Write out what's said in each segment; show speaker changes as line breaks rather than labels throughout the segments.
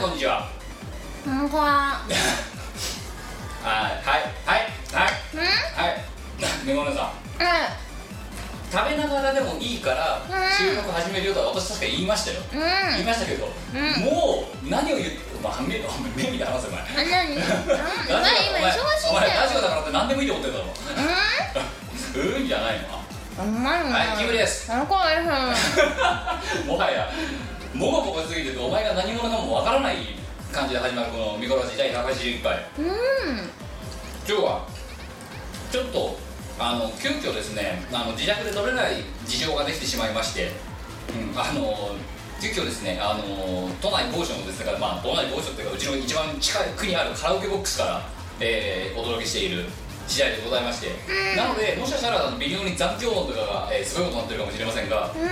こんにちは
なんか
はいはいはいはい
うん
はいねごめんなさん
う
食べながらでもいいから
うん
収録始めるよとは私確か言いましたよ
んうん
言いましたけど、
ん
もう何を言ってお前目お前目見て話せお前
あ何うんお前
ラジオ
今忙しい
お
ん
前
だ
ラジオ
よ
だからって何でもいいと思ってるだろうんじゃないの
うんうまいな
はいキムです
あの子はあれさ
もはやもごもごしすぎててお前が何者かもわからない感じで始まるこの「見殺し第181回
うん
今日はちょっとあの急遽ですねあの自宅で取れない事情ができてしまいまして、うんあの急遽ですねあの都内某所のですから、まあ、都内某所っていうかうちの一番近くにあるカラオケボックスから、えーお届けしている次第でございまして、なのでもしかしたらあの微妙に残響音とかが、えーすごいことになってるかもしれませんが、
うん
え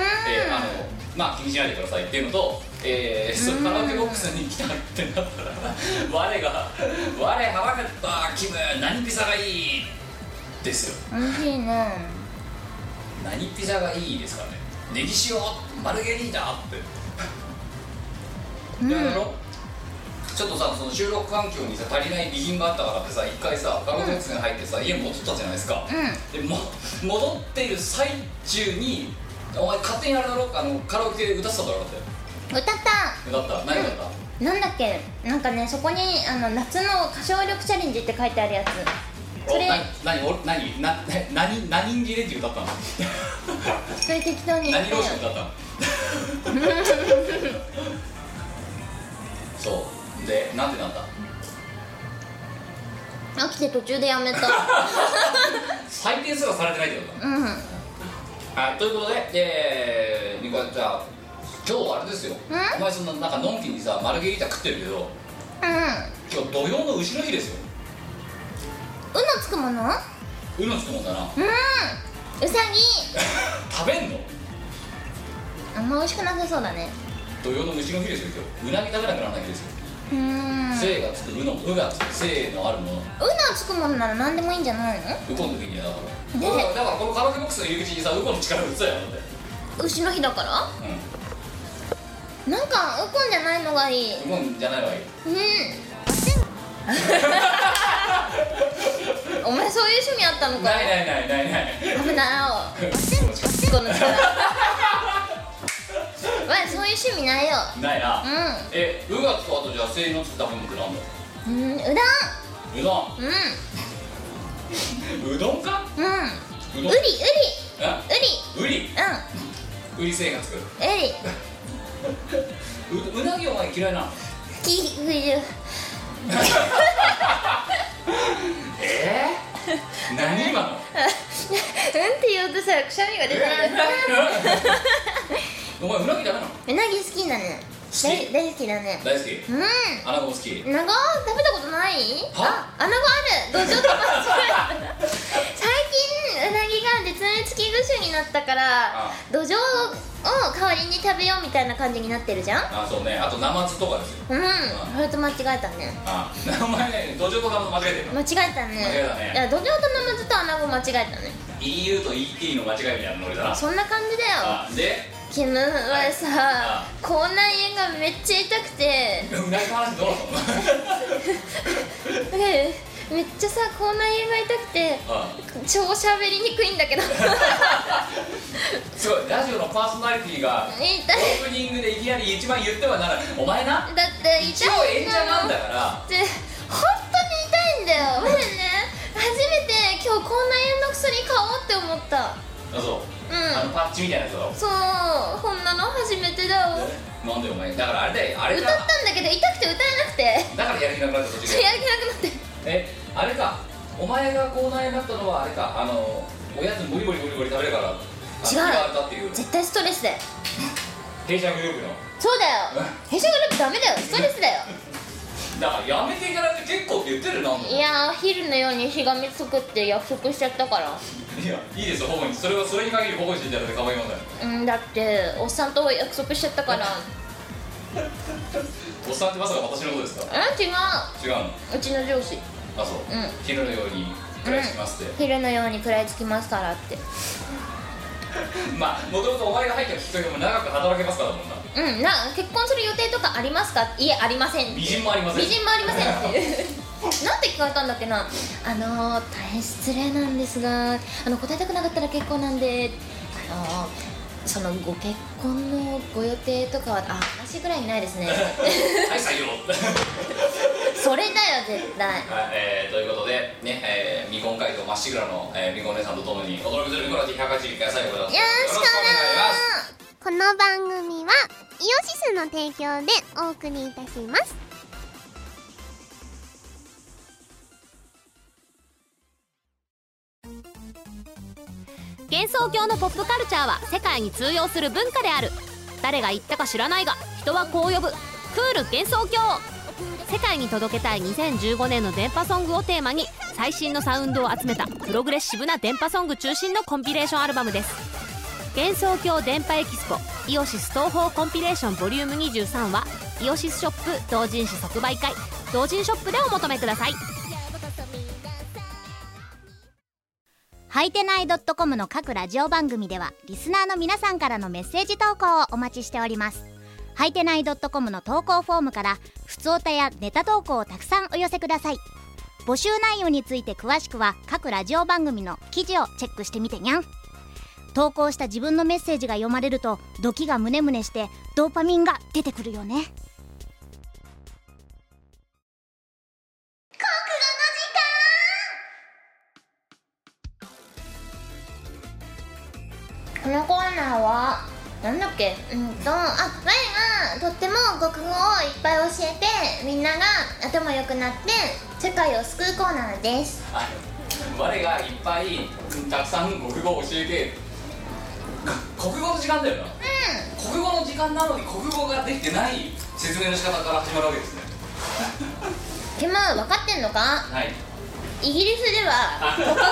ーあのまあ気にしないでくださいっていうのと、えーそうカラオケボックスに来たってなったら我が「我はわかったキム何ピザがいい」ですよ
美味しいね
「何ピザがいい」ですからね「ネギ塩マルゲリータ」って
うん
であのちょっとさその収録環境にさ足りない備品があったからってさ一回さカラオケボックスに入ってさ家戻ったじゃないですか、
う
でも戻ってる最中にお前勝手にあれだろあのカラオケで歌ってただろだって
ん歌った
だった何だった、
なんだっけなんかねそこにあの夏の歌唱力チャレンジって書いてあるやつそ
お
れ
な何お何な何何切れって歌 ったの
それ適当に言っ
何
て
ロ
よ
ーション歌ったの そうでなんでなんだ
飽きて途中でやめた
採点すらされてないってこと
うんうん
だはいということでえー、ニコちゃん今日はあれですよお前そんななんかのんきにさマルゲリータ食ってるけど今日土曜の牛の日ですよ
うのつくものうんう
うのつくもんだな
さ
食べんの
ぎあんま美味しくなさそうだね
土曜の牛の日ですよ今日うなぎ食べなくならない日ですよ
うーんうの
生がつくうのうがつく生のあるもの
つくものなら何でもいいんじゃないの
ウコンの時にはだから、
ね
だからこのカラオケボックスの入り口にさウコンの力を移ったよだって
牛の日だから
う
なんかウコンじゃないのがいいう
ウ
ん
コンじゃないわいい
んお前そういう趣味あったのか
ないないないない ない
危ないよこの力 お前そういう趣味ないよ
ないな、
う
えウガとあとじゃあ生のつく食べ物ってなんだ
んうんうどん
うど
うん
んうどんか
うん
う
うり
ど
うんり
え
う
ウ
り
リ
う
ウリ生がつく
んうり
ううなぎお前嫌いなの
きぐ ゆ
ええ何今の
うんって言うとさくしゃみが 出てる
お前うなぎダメなの
うなぎ好きだね
好
大
き
大好きだね
大好き
うん
アナゴも好き
穴子食べたことない
は
あ穴子ある土壌と間違えた最近うなぎが絶滅危惧種になったから
あ
土壌を代わりに食べようみたいな感じになってるじゃん
あそうねあとナマズとかですよ
うんそれと間違えたね
あお前ね土壌とナマズ間違えてる
間違えたね
間違えたね
いや土壌とナマズと穴子間違えたね
EU と ET の間違いみたいなノリだな
そんな感じだよ
あで
キムはさ
あ
口内炎がめっちゃ痛くて
うなぎの話どうなの
でめっちゃさ口内炎が痛くて
あ
超喋りにくいんだけ ど
すごいラジオのパーソナリティが
痛い
オープニングでいきなり一番言ってはならないお前な
だって
一
痛い
応演者なんだから
って本当に痛いんだよ俺ね初めて今日口内炎の薬買おうって思った
あそう、あ
う
の
ん
パッチみたいなやつだろ
そうこんなの初めてだよ
なんでお前だからあれだよあ
歌っ
れ
たん
か
だけど痛くて歌えなくて
だからやる気なくなった途中
や
で
る気なくなって
えあれかお前が口内炎だったのはあれかあのおやつボリボリボリボリ食べるからあの
違う
気があれだっていう
絶対ストレスだよ
弊社グループの
そうだよ弊社グループダメだよストレスだよ
だからやめていかないと結構って言ってるなん
いやー昼のようにひがみつくって約束しちゃったから
いやいいですよ保護にそれはそれに限り保護していただいて構いません
うんだっておっさんと約束しちゃったから
おっさんってまさか私のことですか
うん違
違うの
ううちの上司
あそう、
うん
昼のように暮らしますって、
昼のように食らいつきますからって
まあもともとお前が入ったきっかけも長く働けますからだもんな
うんな結婚する予定とかありますかいえありません
微塵もありません
微塵もありませんっていう なんて聞かれたんだっけなあのー、大変失礼なんですがあの答えたくなかったら結構なんであのー、そのご結婚のご予定とかはあ話ぐらいにないですね
はい採用
それだよ絶対
はい、えー、ということでね、えー、未婚回答まっしぐらの、えー、未婚姉さんとともに驚くゼロミコラジ181回最後までお付き合いよろしくお願いします
この番組はイオシスの提供でお送りいたします
幻想郷のポップカルチャーは世界に通用する文化である誰が言ったか知らないが人はこう呼ぶクール幻想郷世界に届けたい2015年の電波ソングをテーマに最新のサウンドを集めたプログレッシブな電波ソング中心のコンピレーションアルバムです幻想郷電波エキスポイオシス東方コンピレーションボリューム23はイオシスショップ同人誌即売会同人ショップでお求めください
はいてない .com の各ラジオ番組ではリスナーの皆さんからのメッセージ投稿をお待ちしておりますはいてない .com の投稿フォームからふつおたやネタ投稿をたくさんお寄せください募集内容について詳しくは各ラジオ番組の記事をチェックしてみてにゃん投稿した自分のメッセージが読まれるとドキがムネムネしてドーパミンが出てくるよね
このコーナーはなんだっけうんとあ前がとっても国語をいっぱい教えてみんなが頭良くなって世界を救うコーナーです
あ我がいっぱいたくさん国語を教えてが国語の時間だよな
う
国語の時間なのに国語ができてない説明の仕方から始まるわけですね
んけま分かってんのか
はい
イギリスでは国語は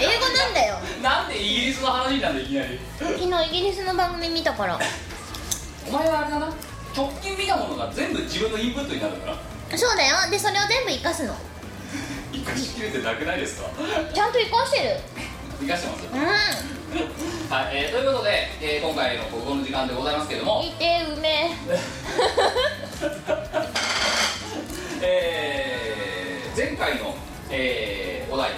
英語なんだよ
なんでイギリスの話になんでいきなり
昨日イギリスの番組見たから
お前はあれだな直近見たものが全部自分のインプットになるから
そうだよでそれを全部活かすの
生かしきれてなくないですか
ちゃんと活かしてる
生かしてますよ
うん
はい、えー、ということで、えー今回の国語の時間でございますけれども
いてうめ
えー前回の、えーお題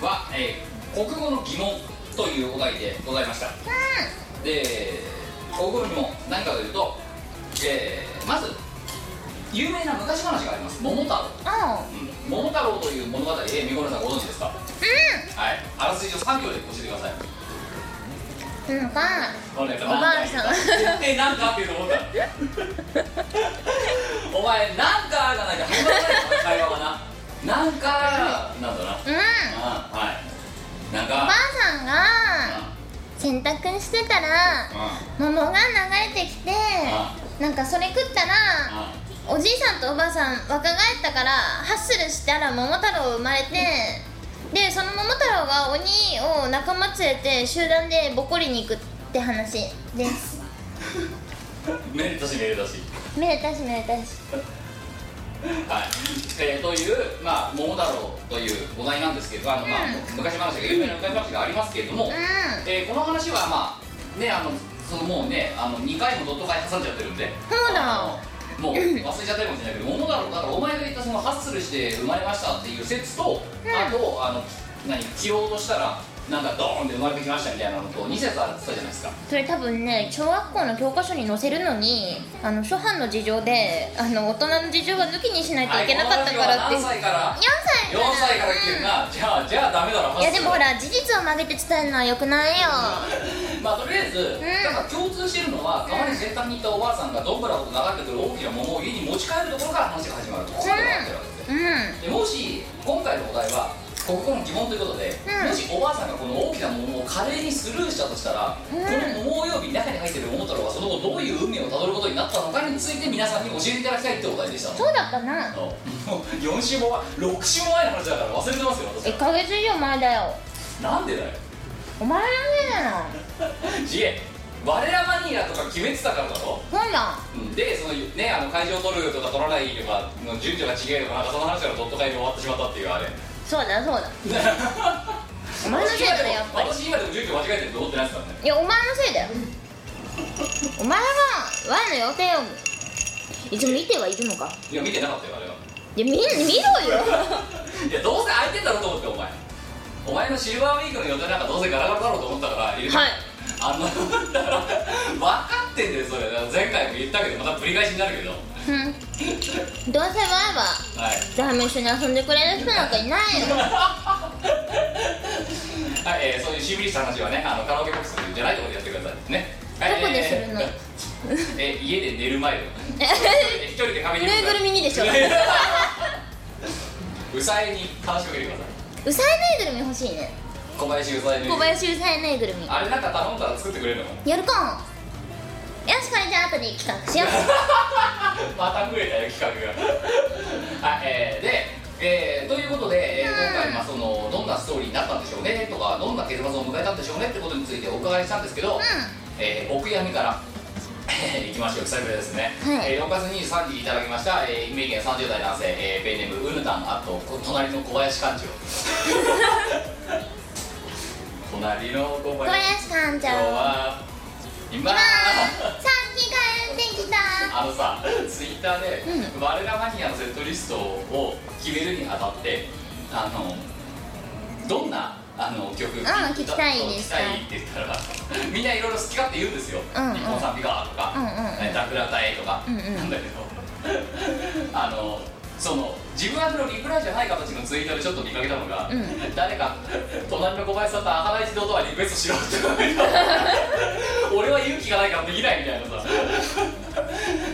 は、えー国語の疑問というお題でございました、で国語の疑問何かというと、えーまず有名な昔話があります「桃太郎」うん
う
桃太郎という物語えー見頃さんご存知ですかはいあらすじを3秒で教えてください
んなんか
おば
おばあさん
絶対なんかあって言うと思ったお前なんかがないと始まらないから会話はななんかなんだな
うん
ああはいなん
おば
か
あさんが洗濯してたら桃が流れてきて
あ
なんかそれ食ったらおじいさんとおばあさん若返ったからハッスルしたら桃太郎生まれてでその桃太郎が鬼を仲間連れて集団でボコりに行くって話です
うんめでたしめでたし
めでたしめでたし
はい、えーという、まあ、桃太郎というお題なんですけどあの、まあ
う
昔話が有名な昔話がありますけれども、
う
えーこの話はまあねあのそのもうねあの2回もドット会挟んじゃってるんで
そうだ
あのもう忘れちゃったりもしれないけど桃太郎だからお前が言ったそのハッスルして生まれましたっていう説と、あとあの何切ろうとしたらなんかドーンって生まれてきましたみたいなのと2節あったじゃないですか
それ多分ね小学校の教科書に載せるのにあの初版の事情であの大人の事情は抜きにしないといけなかったからっ
はいこの話
て
は何歳から
4歳
4歳からっていうな、じゃあじゃあダメだろハッ
い
ス
や
ル
でもほら事実を曲げて伝えるのはよくないよ
まあとりあえず、なんか共通してるのは川に先端に行ったおばあさんがどんぶらこと流れてくる大きな桃を家に持ち帰るところから話が始まるとこういうことになってるわけですよで
うん
もし今回のお題は国語の疑問ということで、
うん
もしおばあさんがこの大きな桃を華麗にスルーしたとしたら、この桃曜日に中に入っている桃太郎はその後どういう運命をたどることになったのかについて皆さんに教えていただきたいってお題でした
そうだった
あ
な
のもう4週も前6週も前の話だから忘れてますよ
1ヶ月以上前だよ
私なんでだよ
お前のせいだよ
ジエ我らマニアとか決めてたからだろ
そうだ
うんでそのねあの会場を取るとか取らないとかの順序が違えとかなんかその話からドット会で終わってしまったっていうあれ
そうだそうだお前のせいだねやっぱり
私今でも順序間違えてると思ってないですからね
いやお前のせいだよお前がわいの予定を一応見てはいるのか
いや見てなかったよあれはい
や見見ろよ
いやどうせ空いてんだろうと思ってお前お前のシルバーウィークの予定なんかどうせガラガラだろうと思ったから入れた
はい
あのだから分かってんだよそれ前回も言ったけどまた繰り返しになるけどは
うんどうせわいはい誰も一緒に遊んでくれる人なんかいないよ
はい、えー、そういうしびりした話はねあのカラオケボックスじゃないところでやってくださいね、はい、
どこでする
え
の
ーえー家で寝る前よ一人で壁に
ぬいぐるみにでしょ
うさえに話しかけてくださいう
さえぬいぐるみ欲しいね
小林うさえに
小林うさえぬいぐるみ
あれなんか頼んだら作ってくれるのか
やるかんよしこれじゃあ後で企画しよう
また増えたよ企画が はい、えーで、えーということで、えー今回まあそのどんなストーリーになったんでしょうねとかどんな結末を迎えたんでしょうねってことについてお伺いしたんですけど、えーお悔やみから えーいきましょう久しぶりですね、
はい
えー6月23日いただきました、えー、愛媛県30代男性、えー、ペンネームうぬたんあとこ隣の小林 館長隣の小
小
林
林さんち
館長
ゃんは
はいま
さ
す
っき帰ってきた
あのさツイッターで、
う
我らマニアのセットリストを決めるにあたってあのどんなあの曲
ん
だ
聞きたいです
聞きたいって言ったらみんないろいろ好き勝手言うんですよ「
うんうん
日本賛美歌」とか
うんうんうん
ねダクラ隊」とか
うんうん
なんだけど、 あのその自分宛てのリプライじゃない形のツイートでちょっと見かけたのが、
うん
誰か隣の小林さんと赤大一堂とはリクエストしろって言われた俺は勇気がないからできないみたいなさ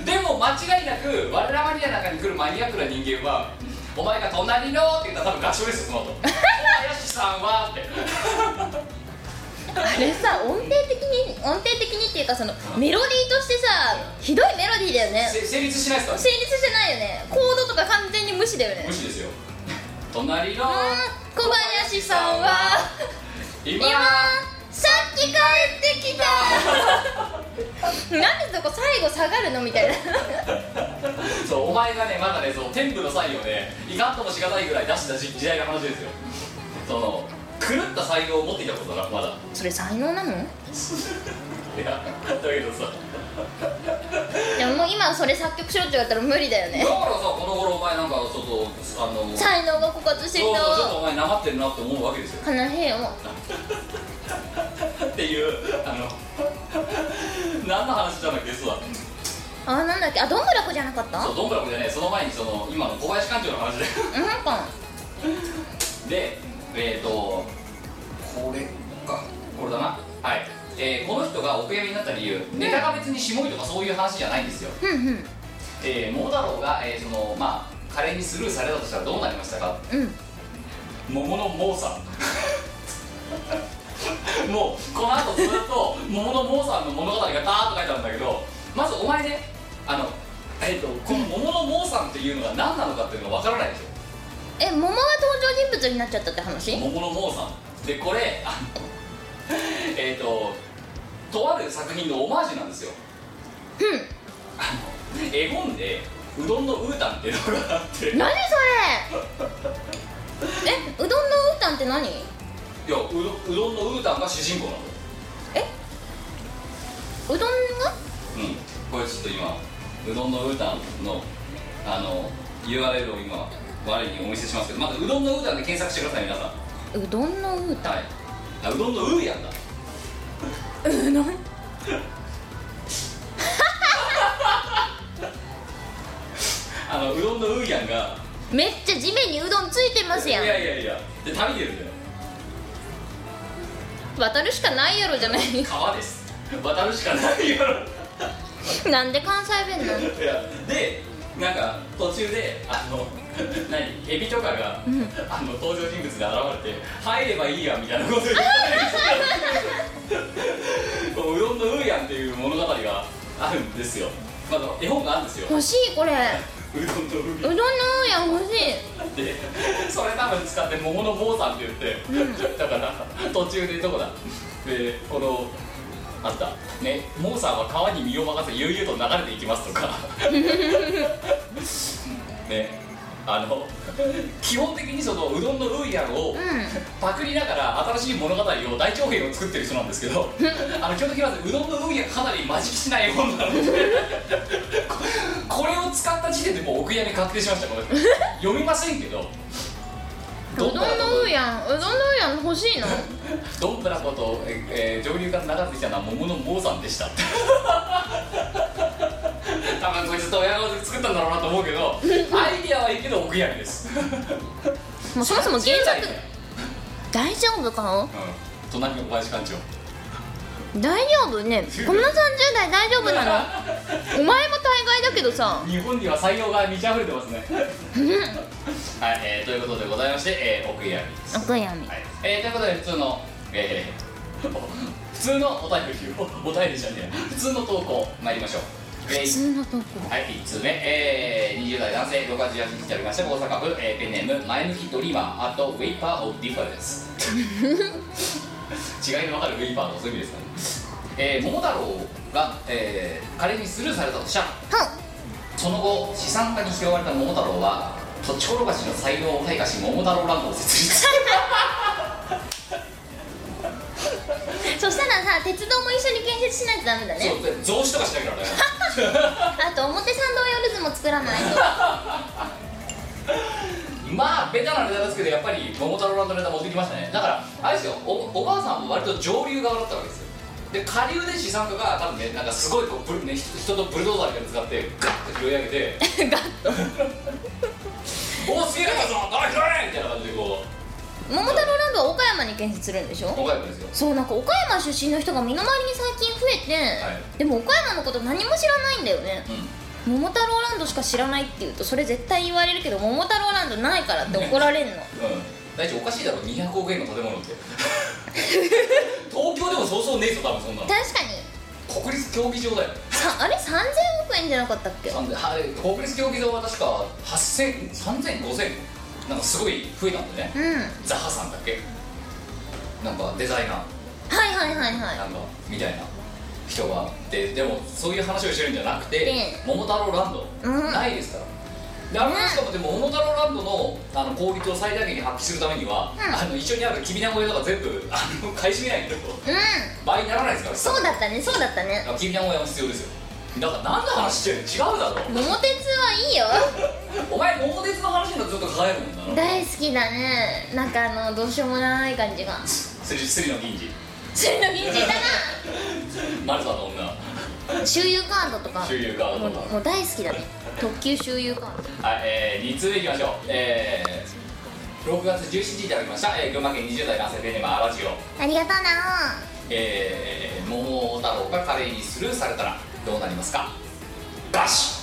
でも間違いなく我らマニアなんかに来るマニアックな人間はお前が隣のって言ったら多分合唱ですよその後小林さんはって
あれさ音程的に音程的にっていうかそのメロディーとしてさひどいメロディーだよね
せ成立しないですから
成立してないよねコードとか完全に無視だよね
無視ですよ隣の
あー小林さんは
今
今さっき帰ってきたなんでそこ最後下がるのみたいな
そうお前がねまだねその天賦の際をねいかんともしがたいぐらい出した時時代の話ですよその狂った才能を持っていたことだなまだ
それ才能なの
いやだけどさ
でももう今それ作曲しろって言われたら無理だよ
だ
ね
からさこの頃お前なんかちょっとあのそう
才能が枯渇してき
そうちょっと
た
お前なまってるなって思うわけですよ
悲しいよ
っていうあの何の話したんだっけそうだ
あなんだっけあどんぐらこじゃなかった
そうどんぶらこじゃねその前にその今の小林館長の話で
うんなんか
でえっ、ー、とこれかこれだなはい、えーこの人がお悔やみになった理由、ネタが別に下りとかそういう話じゃないんですよ、
うんうん
えー、桃太郎が、えーそのまあ華麗にスルーされたとしたらどうなりましたか
うん
桃のモーさんもうこの後ずっと桃のモーさんの物語がダーッと書いてあるんだけどまずお前ねあのえっ、とこの桃のモーさんっていうのが何なのかっていうのがわからないでしょ
え桃が登場人物になっちゃったって話うん
桃のモーさんでこれあのえっ、ととある作品のオマージュなんですよあの絵本でうどんのウータンっていうのがあっていや
何 それえうどんのうーたんって
う
何
どうどんのウータンが主人公なの
うどんが
うんこれちょっと今うどんのウータンのあの URL を今我にお見せしますけどまずうどんのウータンで検索してください皆さんは
うどんのうーたん
いあうどんのウーやんだ あのうどんのウーやんが
めっちゃ地面にうどんついてます
い
やん
やいやいやで旅出るんだよ
渡るしかないやろじゃない
川です渡るしかないやろ
なんで関西弁なの
いやでなんか途中であの 何エビとかが、あの登場人物で現れて入ればいいやみたいなこと言ってこのうど んのうーやんっていう物語があるんですよ、まああの、絵本があるんですよう
欲しいこれ
どんのうー
うど
やん
んのうーやん欲しい
ってそれ多分使って桃の坊さんって言って、だから途中でどこだでこのあったねモーさんは川に 身を任せ悠々と流れていきますとかねあの基本的にそのうどんのルーヤンを
う
パクリながら新しい物語を大長編を作ってる人なんですけどあの基本的にはうどんのルーヤンかなり間引きしない本なのでここれを使った時点でもうお悔やみ確定しましたこの人読みませんけど
んうどんのうやんうどんのうやん欲しいの
どんぶらこと、ええー上流から流れてきたのは桃の坊さんでした多分こいつと親子で作ったんだろうなと思うけどアイディアはいいけどお悔やみです
もうそもそも原
10代
作
だよ
大丈夫かな
うん隣の小林館長
大丈夫ねこの30代大丈夫なのお前も大概だけどさ
日本には採用が満ち溢れてますねはい、えーということでございまして、えー、お悔やみです、
お悔やみ
はいえーということで普通のえー 普通のお便りをお便りじゃねえ普通の投稿参りましょうえー
普通のとこ
はい、1通目、えー、20代男性、6月18日にいただきました、大阪府、えーペンネーム、前向きドリーマー、あと、ウェイパー・オブ・ディファレンス。 違いの分かるウェイパーのそういう意味ですかね。えー、桃太郎が、えー、仮にスルーされたとしたら、その後、資産家に拾われた桃太郎は、土地転がしの才能を開花し、桃太郎ランドを設立。
そしたらさ鉄道も一緒に建設しないとダメだね
そう、で増資とかしなきゃダメだね。
あと表参道夜図も作ら ないと
まあベタなネタですけどやっぱり桃太郎ランドネタ持ってきましたねだからあれですよおおばあさんも割と上流側だったわけですよで下流で資産家が多分ねなんかすごいこうブル、ね、人人とブルドーザーみたいなの使ってガッと拾い上げて
ガッと
おおすげえなぞどれ拾えみたいな感じでこう
桃太郎ランドは岡山に建設するんでしょ
岡山ですよ
そうなんか岡山出身の人が身の回りに最近増えて、
い
でも岡山のこと何も知らないんだよね
うん
桃太郎ランドしか知らないって言うとそれ絶対言われるけど桃太郎ランドないからって怒られんの
うん大地おかしいだろ200億円の建物って東京でもそうそうねえぞ多分そんなの
確かに
国立競技場だよ
さあれ3000億円じゃなかったっけ
なんではい国立競技場は確か8000、3000、5000なんかすごい増えたんでね
うんはい
ザハさんだっけなんかデザイナー
はいはいは
なんかみたいな人がででもそういう話をしてるんじゃなくて、
え
桃太郎ランド、
うん
ないですからであのしかもでも桃太郎ランドのあの効率を最大限に発揮するためには、
うん
あの一緒にあるきびなご屋とか全部あの買い占めないと
いうん
倍にならないですから
そうだったねそうだったね
だきびなご屋も必要ですよだから何の話してるの違うだろ
桃鉄はいいよ
お前桃鉄の話になずっと輝くもんだろ
大好きだねなんかあのどうしようもない感じが
スリスリの銀次
それの銀次だ
マルサの女
な周遊カードとか
周遊カードと
も
か
うもう大好きだね特急周遊カード
はい、えー、2通目いきましょう、えー、6月17日いただきました、えー、群馬県20代男性ペンネームアラジオ、
ありがとうな
えー、桃太郎が華麗にスルーされたらどうなりますかガシ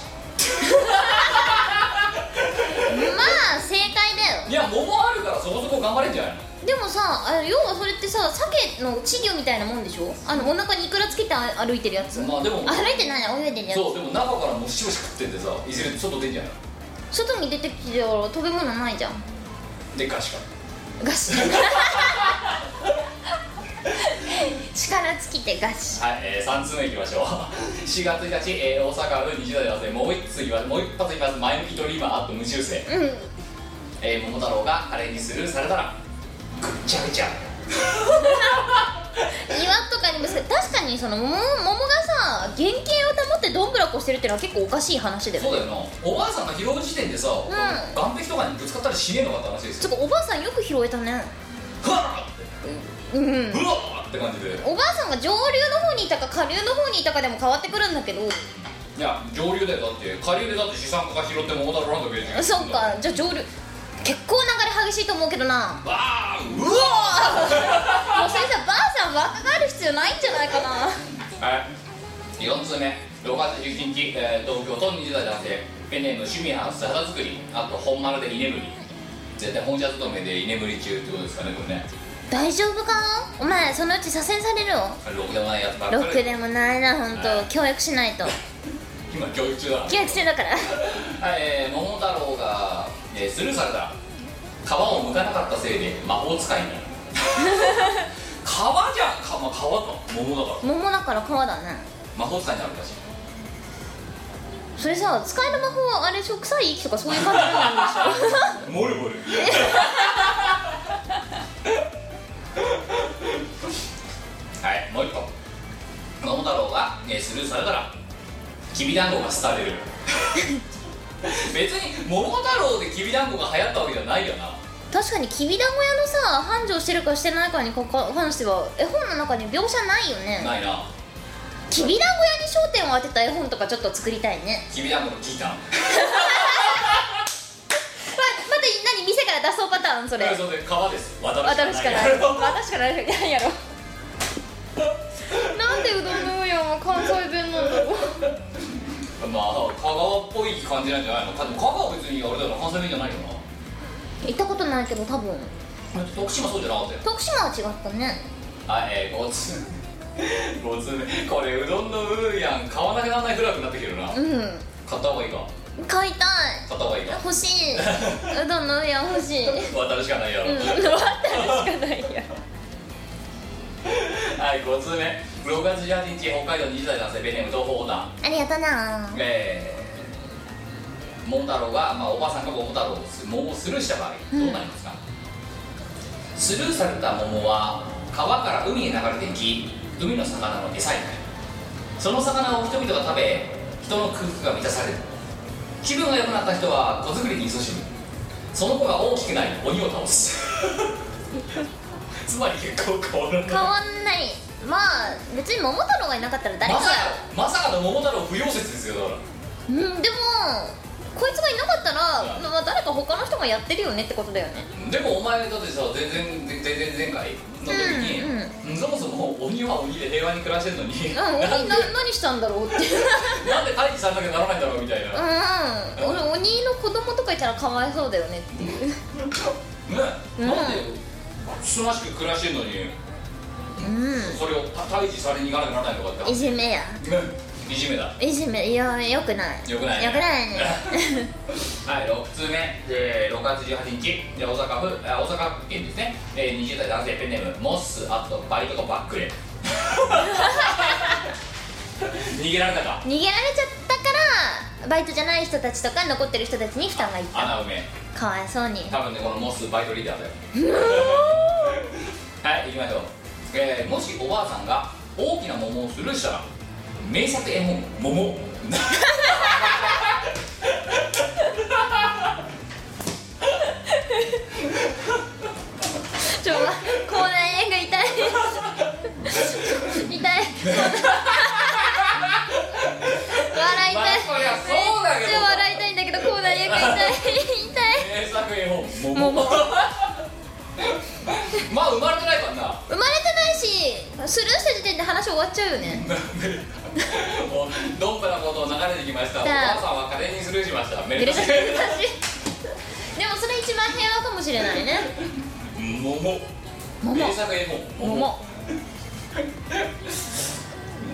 まあ正解だよ
いや桃あるからそこそこ頑張れんじゃないの
でもさあ要はそれってさ鮭の稚魚みたいなもんでしょあのお腹にいくらつけて歩いてるやつ
まあでも
歩いてないな泳いでるや
そうでも中からもしもし食っててさいずれ外出んじゃない
つ外に出てきてたら食べ物ないじゃん
のでガシか
ガシ 力尽きてガシ
はい、えー、3通目いきましょう 4月1日、えー、大阪府20代男性もう1ついきますもう一発いきます前向きドリーマーあと無修正、
うん
えー、桃太郎が華麗にスルーされたらぐっちゃぐちゃ
岩とかにもさ確かにその桃桃がさ原型を保ってどんぶらこしてるっていうのは結構おかしい話だよ
そう
ね
だよなおばあさんが拾う時点でさ、この岸壁とかにぶつかったりしねえのかって話です
ちょ
よ
っとおばあさんよく拾えたね
ふわーっ
うん
てふわーって感じで
おばあさんが上流の方にいたか下流の方にいたかでも変わってくるんだけど
いや上流だよだって下流でだって資産家が拾って桃太郎ランドベージ
そっかじゃあ上流結構流れ激しいと思うけどな
わあう
う
わ
わーもうそれさばあさん若返る必要ないんじゃないかな
はい4通目6月11日、えー東京都20代男性ペンネーム趣味ハウス肌作りあと本丸で居眠り絶対本社勤めで居眠り中ってことですかねこれね
大丈夫かお前そのうち左遷されるよ
ろくでもないやつばっか
ろ
り
くでもないな本
は
当
い
教育しないと
今教育中だ
教育中だから
はい、えー桃太郎が、えースルーされた皮を剥かなかったせいで魔法使いに 皮じゃんか、まあ、皮か桃だから
桃だから皮だね
魔法使いになるらしい
それさ使える魔法あれしょ臭い息とかそういう感じなんでしょ
モルモル
はいもう一個桃太郎が、えースルーされたらきびだんごが廃れる 別に桃太郎できびだんごが流行ったわけじゃないよな
確かにきびだんご屋のさ繁盛してるかしてないかにかか関しては絵本の中に描写ないよね
ないな
きびだんご屋に焦点を当てた絵本とかちょっと作りたいね
きびだんごのギター
ままた何店から出そうパターンそれ
それで川です渡るしか
渡
ない
るしかない渡るしかないない やろなんでうどんのうやんは関西弁なんだろう
まあ香川っぽい感じなんじゃないのかでも香川は別にあれだよな関西弁じゃないよ
行ったことないけど多分
な徳島そうじゃなかったよ
徳島は違ったね
はいえー、5つ5つ目これうどんのうーやん買わなくならないぐらいになってきてるな
うん
買った方がいいか
買いたい
買った方がいいか
欲 しいうどんのうやん欲しいうん
渡るしかないやろ、
渡るしかないや
はい5つ目6月18日北海道20代男性ベネーム東方オーナー
ありがとうな
えー、桃太郎が、まあ、おばさんが桃太郎をす桃をスルーした場合どうなりますか、スルーされた桃は川から海へ流れていき海の魚の餌になるその魚を人々が食べ人の空腹が満たされる気分が良くなった人は子作りに勤しむその子が大きくなり鬼を倒す つまり結構変わらない
変わんないまあ別に桃太郎がいなかったら誰か
ま
が
さかまさかの桃太郎不要説ですよだから
うんでもこいつがいなかったら、
うん
まあ、誰か他の人がやってるよねってことだよね
でもお前だってさ全然全然前回の時に、
う
そもそも鬼は鬼で平和に暮らしてるのに、
う ん
なん
鬼
で
な何したんだろうって
なんで退治されなきゃならないんだろうみたいな、ね
うんうん俺鬼の子供とかいたらかわいそうだよねっていううん
なんでつつましく暮らしてるのに
う
それを退治されに行かなきゃならないのかっ
ん
て
いじめや
うんいじめだ
いじめいやよくない
よくない
よくないね
はい6通目で6月18日で大阪府あ大阪県ですねで20代男性ペンネームモッスあとバイトとバックレ 逃げられたか
逃げられちゃったからバイトじゃない人たちとか残ってる人たちに負担がいった
穴埋め
かわいそうに
多分ねこのモスバイトリーダーだよはい行きましょう、えーもしおばあさんが大きな桃をスルーしたら名作絵本「桃」
ちょ口内炎が痛い痛い笑い
まあ
たい
そりゃそうだけど
めっちゃ笑いたいんだけど口内炎が痛い痛い
名作絵本「桃」 まあ生まれてない からな
生まれてないしスルーした時点で話終わっちゃうよね
もうどんぶらことを流れてきましたおばあさんは華麗にスルーしましため
め
で
で
た
た
い
しでもそれ一番平和かもしれないね
桃
桃
名作絵本「桃」
桃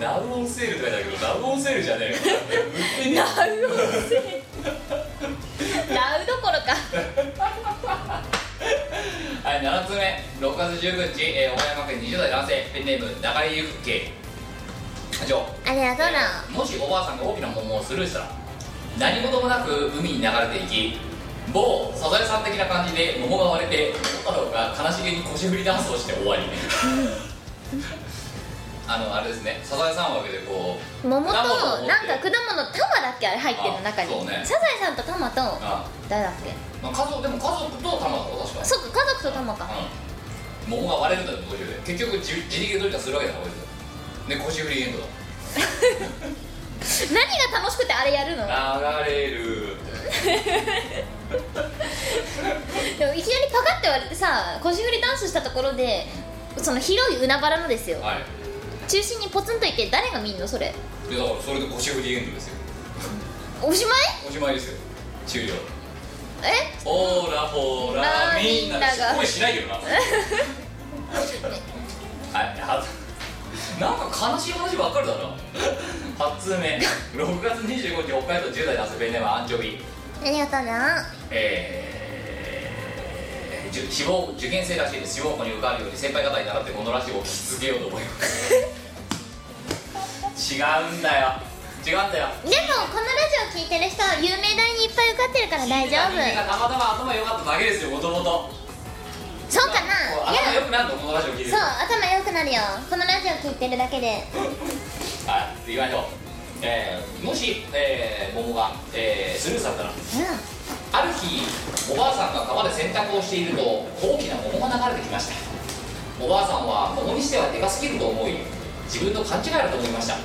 ナウオンセールって書いてあるけどナウオンセールじゃねえよ
ラウオセラウどころか
はい、7つ目6月19日、えー、岡山県20代男性ペンネーム中井ゆくけ課長
ありがとうな
もしおばあさんが大きな桃をスルーしたら何事もなく海に流れていき某サザエさん的な感じで桃が割れて桃太郎が悲しげに腰振りダンスをして終 わりあのあれですねサザエさんはわけでこう
桃と
果物を持って
なんか果物玉だっけあれ入ってるの
あ
中に、
そうね
サザエさんと玉と
あ、
誰だっけ
まあ、家族でも家族と玉だろ確か
そっか家族と玉か
うん、桃が割れるんだよ途中で結局自自力でどうにかするわけだからこいつで腰振りエンドだ
何が楽しくてあれやるの
流れる
でもいきなりパカって割れてさ腰振りダンスしたところでその広い海原のですよ
はい
中心にポツンといて誰が見んのそれ
でだからそれで腰振りエンドですよ
おしまい
おしまいですよ終了
え
ほーらほー
ま
ら
あ
みんな
みんなが
声しないよなはいはなんか悲しい話ばっかりだな8通目6月25日北海道10代の遊びねはアンチョビ
ありがとうな
えー、じゅ志望受験生らしいです志望校に受かるように先輩方に習ってこのラジオを聞き続けようと思います 違うんだよ違うんだよ
でもこのラジオ聞いから大
みん
丈
な
夫
たまたま頭良かっただけですよもともと
そうかない
頭
や
良くなるとこのラジオ聞いてる
そう頭良くなるよこのラジオ聞いてるだけで
はい行きましょうえー、もし、えー、桃が、えー、スルーされたら
う
ある日おばあさんが川で洗濯をしていると大きな桃が流れてきましたおばあさんは桃にしてはでかすぎると思い自分の勘違いだと思いました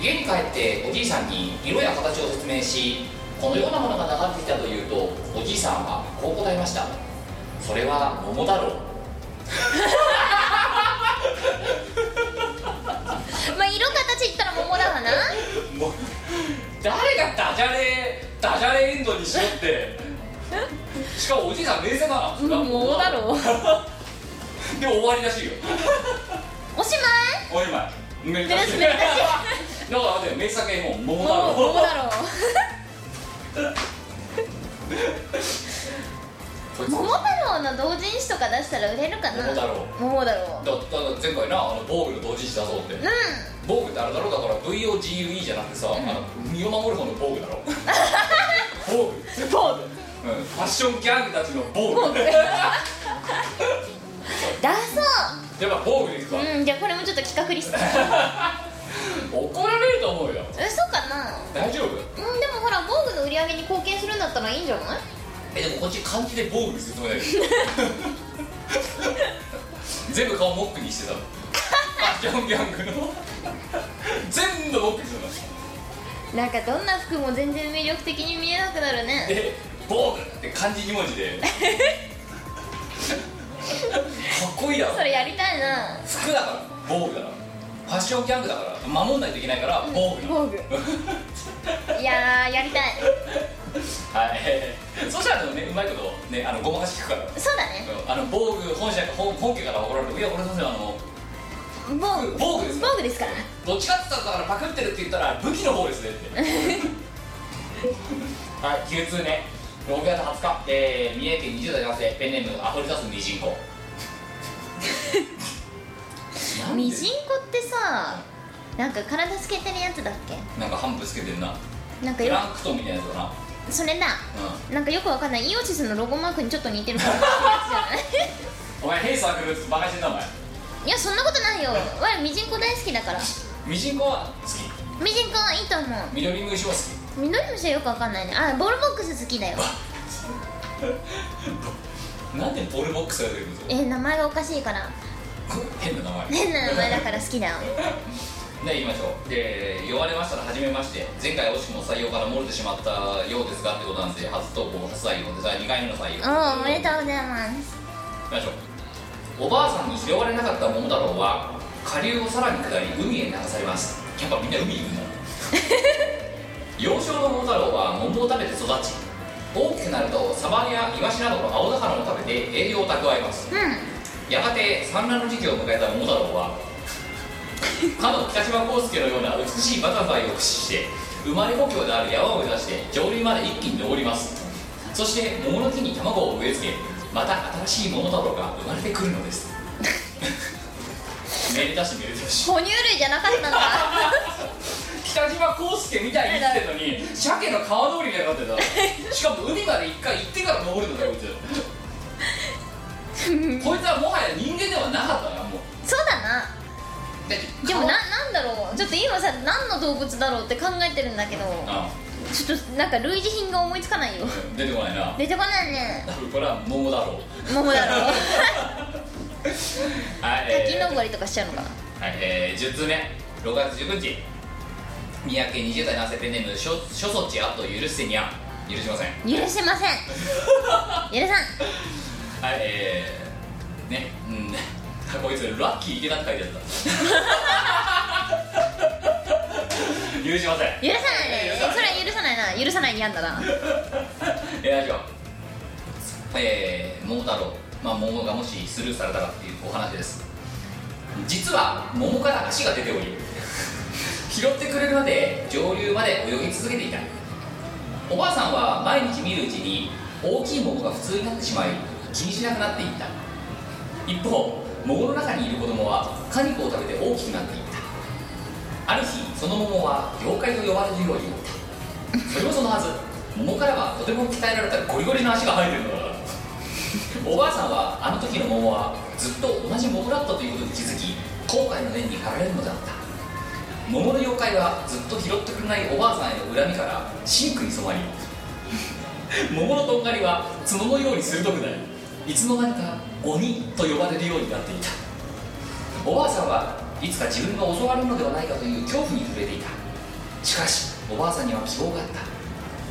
家に帰っておじいさんに色や形を説明しこのようなものが流れてきたというとおじいさんはこう答えましたそれは桃だろうん
まあ色形言ったら桃だわな
もう誰がダジャレダジャレエンドにしよう ってしかもおじいさん冷静だな
うん桃だろ
でも終わりらしいよ
おしまい
おいまい めでたしい
め
だ
で
か
たし
ら待って名作絵本「桃だろ
もう桃だろ
こいつ
桃太郎の同人誌とか出したら売れるかな
桃太郎
桃太郎
だだから前回なあの防具の同時誌出そうって
う
防具ってあれだろだから VOGUE じゃなくてさ、あの身を守る方の防具だ ろ防具防具、うん、ファッションギャングたちの 防具
ん出そ
やっぱ防具ですか、
ううんじゃあこれもちょっと企画リス ト
怒られると思うよ
嘘かな
大丈夫
うんでもほら防具の売り上げに貢献するんだったらいいんじゃない
えでもこっち漢字で防具にするつもりだけど全部顔モックにしてたのあギャンギャングの全部モックにしてたの
なんかどんな服も全然魅力的に見えなくなるね
で防具って漢字2文字でかっこいいだろ
それやりたいな
服だから防具だからファッションギャングだから守んないといけないから防具なの
防具 いやーやりたい
はいえーそしたらでもねうまいことねあのごまかし聞くから
そうだね
あの防具本社本本家から怒られて「いや俺のせいあの
防具
防具ですか
防具ですから
どっちかって言ったらだからパクってるって言ったら武器の方ですね ってはい9通目6月20日、えー、三重県20代男性ペンネームアフリカスミジンコなんで
ミジンコってさなんか体透けてるやつだっけ
なんか半分つけてんな
なんか
プ
よ
ランクトンみたいなやつだな
それだ
う
なんかよくわかんないイオシスのロゴマークにちょっと似てる からやつじゃなん
お前ヘイサークルバカしてんだお前
いいやそんなことないよ我ミジンコ大好きだから
ミジンコは好き
ミジンコはいいと思う
ミドリムシも好き
緑虫はよくわかんないねあボールボックス好きだよ
なんでボールボックスが出てくるんですか
えー名前がおかしいから
変な名前
変な名前だから好き だよ
で言いましょうで呼ばれましたら初めまして前回惜しくも採用から漏れてしまったようですがってことなんで初投稿初採用で第2回目の採用
おおおめでとうございま
行
す
きましょうおばあさんに拾われなかった桃太郎は下流をさらに下り海へ流されますやっぱみんな海にいるな幼少の桃太郎は桃を食べて育ち大きくなるとサバやイワシなどの青魚を食べて栄養を蓄えます
うん
やがて産卵の時期を迎えた桃太郎 はかの北島康介のような美しいバタフライを駆使して生まれ故郷である山を目指して上流まで一気に登りますそして桃の木に卵を植え付けまた新しい桃太郎が生まれてくるのです めでたしめでたし
哺乳類じゃなかったんだ
北島康介みたいに生きてるのに鮭の川通りみたいになってたしかも海まで一回行ってから登るんだよこいつこいつはもはや人間ではなかったなもう
そうだな
で
でもななんだろうちょっと今さ何の動物だろうって考えてるんだけど
あ
ちょっとなんか類似品が思いつかないよ
出てこないな
出てこないね
これは桃だろう
桃だろう
はい、
滝
えー
登りとかしちゃうのかな
はいえー、10通目6月19日三宅20代男性ペンネーム諸諸措置あと許してにゃ許しません
許せま せん許
は
さん
いえー、ねうん こいつラッキーいけなって書いてあった 許しません
許さないねそれは許さないな許さないにやんだな
えー、ラジオえー、桃太郎まあ桃がもしスルーされたらっていうお話です実は桃から足が出ており 拾ってくれるまで上流まで泳ぎ続けていたおばあさんは毎日見るうちに大きい桃が普通になってしまい気にしなくなっていった一方桃の中にいる子供は果肉を食べて大きくなってい ったある日その桃は妖怪と呼ばれるようになったそれもそのはず桃からはとても鍛えられたゴリゴリの足が生えてるのだからおばあさんはあの時の桃はずっと同じ桃だったということに気づき後悔の念に駆られるのだった桃の妖怪はずっと拾ってくれないおばあさんへの恨みからシンクに染まり 桃のとんがりは角のように鋭くなりいつの間にか鬼と呼ばれるようになっていたおばあさんはいつか自分が襲われるのではないかという恐怖に震えていたしかしおばあさんには希望があった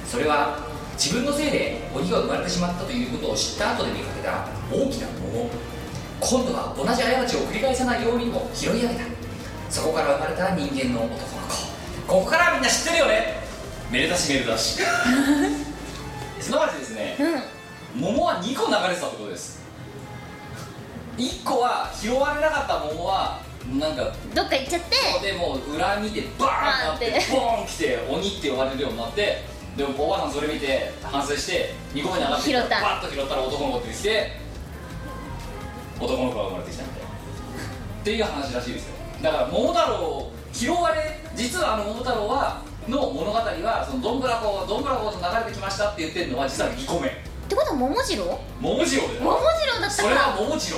それは自分のせいで鬼が生まれてしまったということを知った後で見かけた大きな桃今度は同じ過ちを繰り返さないようにも拾い上げたそこから生まれた人間の男の子ここからはみんな知ってるよねめでたしめでた しすなわちですね
うん
桃は2個流れてたってことです1個は拾われなかった桃はなんか
どっか行っちゃって
でもう裏見てバーンってな
バーン
ってボーン来て鬼って呼ばれるようになってでもおばあさんそれ見て反省して2個目に上がってきて
拾った
バッと拾ったら男の子って来て男の子が生まれてきたみたいなっていう話らしいですよだから桃太郎拾われ実はあの桃太郎はの物語はそのどんぶらこどんぶらこと流れてきましたって言ってるのは実は2個目
ってことは桃次郎
桃次郎だよ
桃次郎だった
そ
か
れは
ら
桃次郎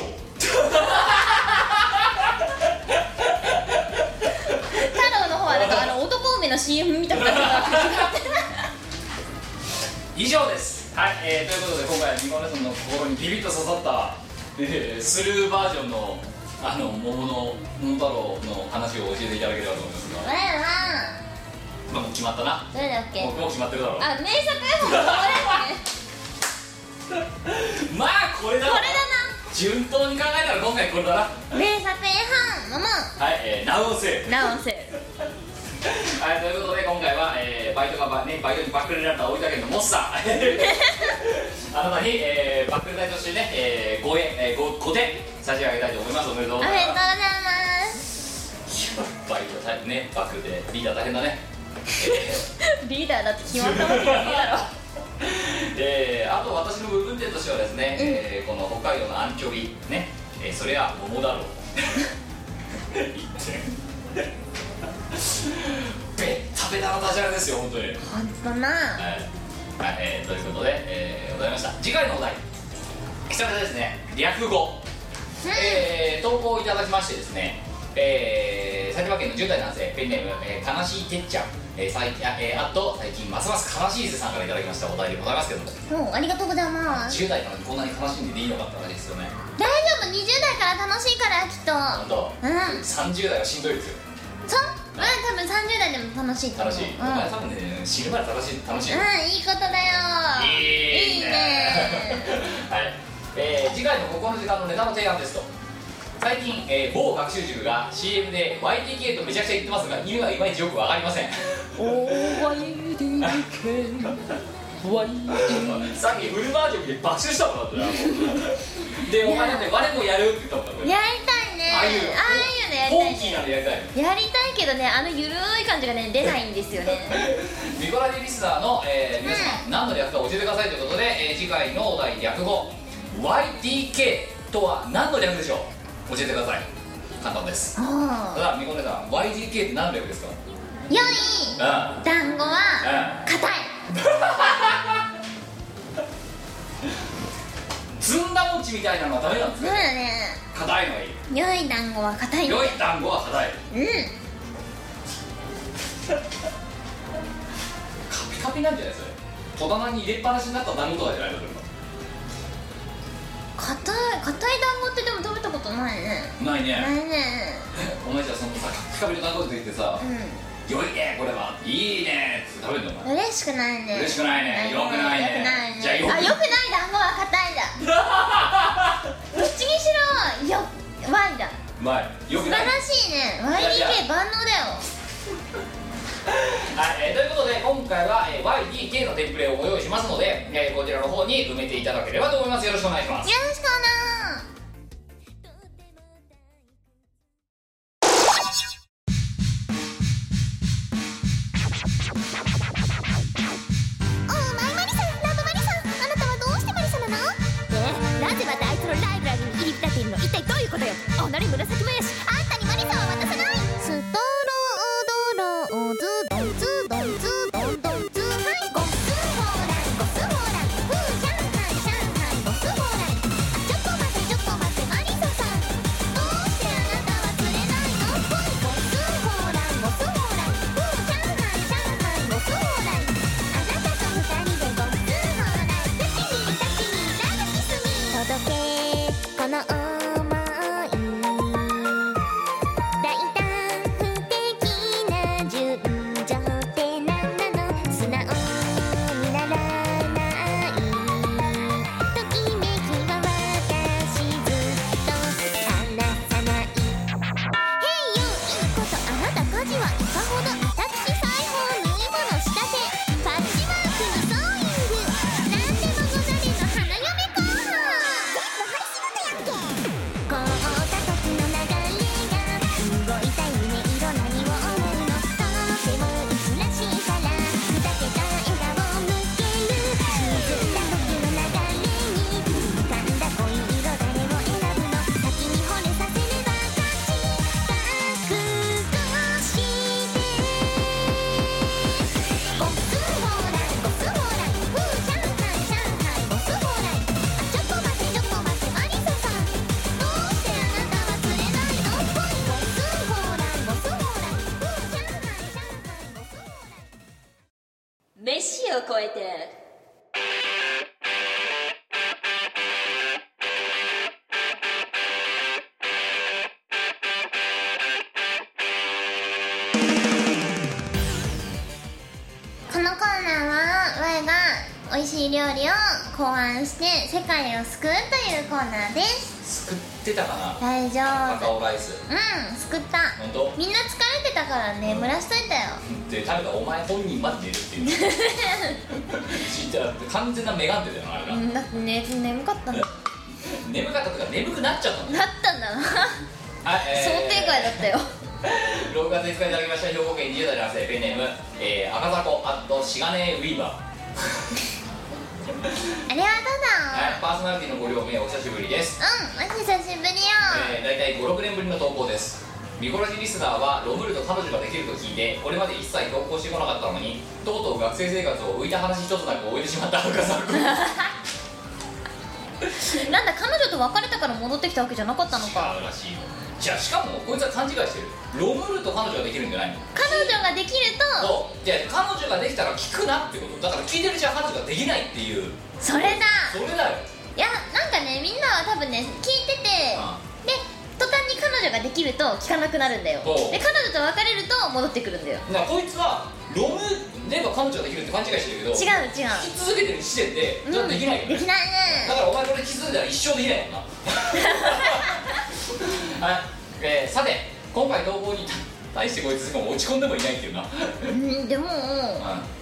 太郎の方はなんかあの男梅の CM みたいな
以上ですはい、えーということで今回はニコレさんの心にビビッと刺さった、えースルーバージョンのあの桃の桃太郎の話を教えていただければと思います
前は
が、まあ、もう決まったな
誰だっけ
もうもう決まってるだろう
あ名作絵本のこれですね
まあこれだ
こ
ろ
れだ
順当に考えたら今回これだな
な名作絵本桃
はい、えー、ナウオセ
直せ
はい、ということで今回は、えーバイトがば、ね、バイトにバックレられた大分県のモッサ ーあなたに、えーバックレ代としてね、えー、5円、えー、5, 5点差し上げたいと思いますおめでとう
お
ござ
め
い
でとうござい
ます
ます
バイト大変ねバックでリーダー大変だね
リーダーだって決まったわけじゃねえだろ
えーあと私の部分点としてはですね、えーこの北海道のアンチョビね、えーそれは桃だろう 一点べったべたのダジャレですよ本当にはい、
本当な
はいえーということで、えーございました次回のお題久々ですね略語えー投稿いただきましてですね、えー、埼玉県の10代男性ペンネーム、えー悲しいてっちゃん、えー最近あえーあと最近ますます悲しいぜさんからいただきましたお題でございますけども
もうありがとうございます
10代なのにこんなに悲しんでていいのかって話ですよね
大丈夫20代から楽しいからきっと
本当
うん
30代はしんどいですよ
そううん多分30代でも楽しいと思
楽
う
しい、
うん
お前多分ね死ぬまで楽しい楽しいよ、
うんいいことだよ
いいねはい、えー次回のここの時間のネタの提案ですと最近、えー某学習塾が CM で YTK とめちゃくちゃ言ってますが意味はいまいちよくわかりませんさっきフルバージョンで爆笑したもんだってなもうでお前だって我もやるって言ったもんだって
やりたいね
ああいう
ああいうのや
本
り
気
たいね
なのやりたい
やりたいけどねあのゆるい感じがね出ないんですよね
ミコラジリスナーの、えー皆さん何の略か教えてくださいということで、えー次回のお題略語 YTK とは何の略でしょう教えてください簡単ですた
ああ
だみこねさん YTK って何の略ですか
4
う
位
んうん
団子は硬い
ずんだ餅みたいなのはダメなんです
そうだね
硬いのがいい
4位団子は硬いね
良い団子は硬い
うん
カピカピなんじゃないそれ戸棚に入れっぱなしになった団子とかじゃないのそれは
硬い硬い団子ってでも食べたことないね
ないね、
ないね
お前じゃあそのさカピカピの団子出てきてさ
う
「良いねこれはいいね」って食べるのお前
ん嬉しくないね
嬉しくないね良くないね
良くないね
じゃあ
あ
良
良
く
くない団子は硬いだ どっちにしろよワイだ
うまいよ
素
く
晴
な
ら
い
しいね
いやいや
YDK 万能だよ
はい、えーということで今回は、えー YDK のテンプレをご用意しますので、えーこちらの方に埋めていただければと思いますよろしくお願いします
よろしくな
おーマイマリさんラブマリさんあなたはどうしてマリ様なの
えなぜまたあいつのライブラリーに入り浸っているの一体どういうことよおなり紫林
あんたにマリさんは渡さないストロードローズドンズドンズドンドンズはいゴンズンゴン
メシを超えて
このコーナーは我が美味しい料理を考案して世界を救うというコーナーです
作ってたかな
大丈
カ
夫
オライス
うん救った
本当
みんな疲れてたからね
うん
蒸らしといたよ
で食べたお前本人まで寝るっ ていう死んじゃう完全なメガンテだよなあれが、
うんだってね眠かったんだな
眠かったとか眠くなっちゃったの
ったんだな
はい、え
想
ー
定外だったよ
6月に使いいただきました兵庫県20代男性ペンネーム、えー、赤坂アットシガネウィーバー、
あれは
はい、
ただ
パーソナリティのご両名お久しぶりです、
うんお久しぶりよ
えー、大体56年ぶりの投稿ですミコラジリスナーはロブルと彼女ができると聞いてこれまで一切投稿してこなかったのにとうとう学生生活を浮いた話一つなく終えてしまった赤坂君
なんだ彼女と別れたから戻ってきたわけじゃなかったのか
らしいよじゃあしかもこいつは勘違いしてるロブルと彼女ができるんじゃないの
彼女ができると
そうじゃあ彼女ができたら聞くなってことだから聞いてるうちは彼女ができないっていう
それだ
それだよ
いやなんかねみんなは多分ね聞いててで途端に彼女ができると聞かなくなるんだよ
おう
で彼女と別れると戻ってくるんだよ
だからこいつはロムレバ彼女ができるって勘違いしてるけど
違う違
聞き続けてる時点で
う
じゃあ
うん
できないよね、
できない
だ
ね
からお前これ気づいたら一生できないもん なはい、えーさて今回投稿に対してこいつも落ち込んでもいないっていうな、う
うんでも
ん、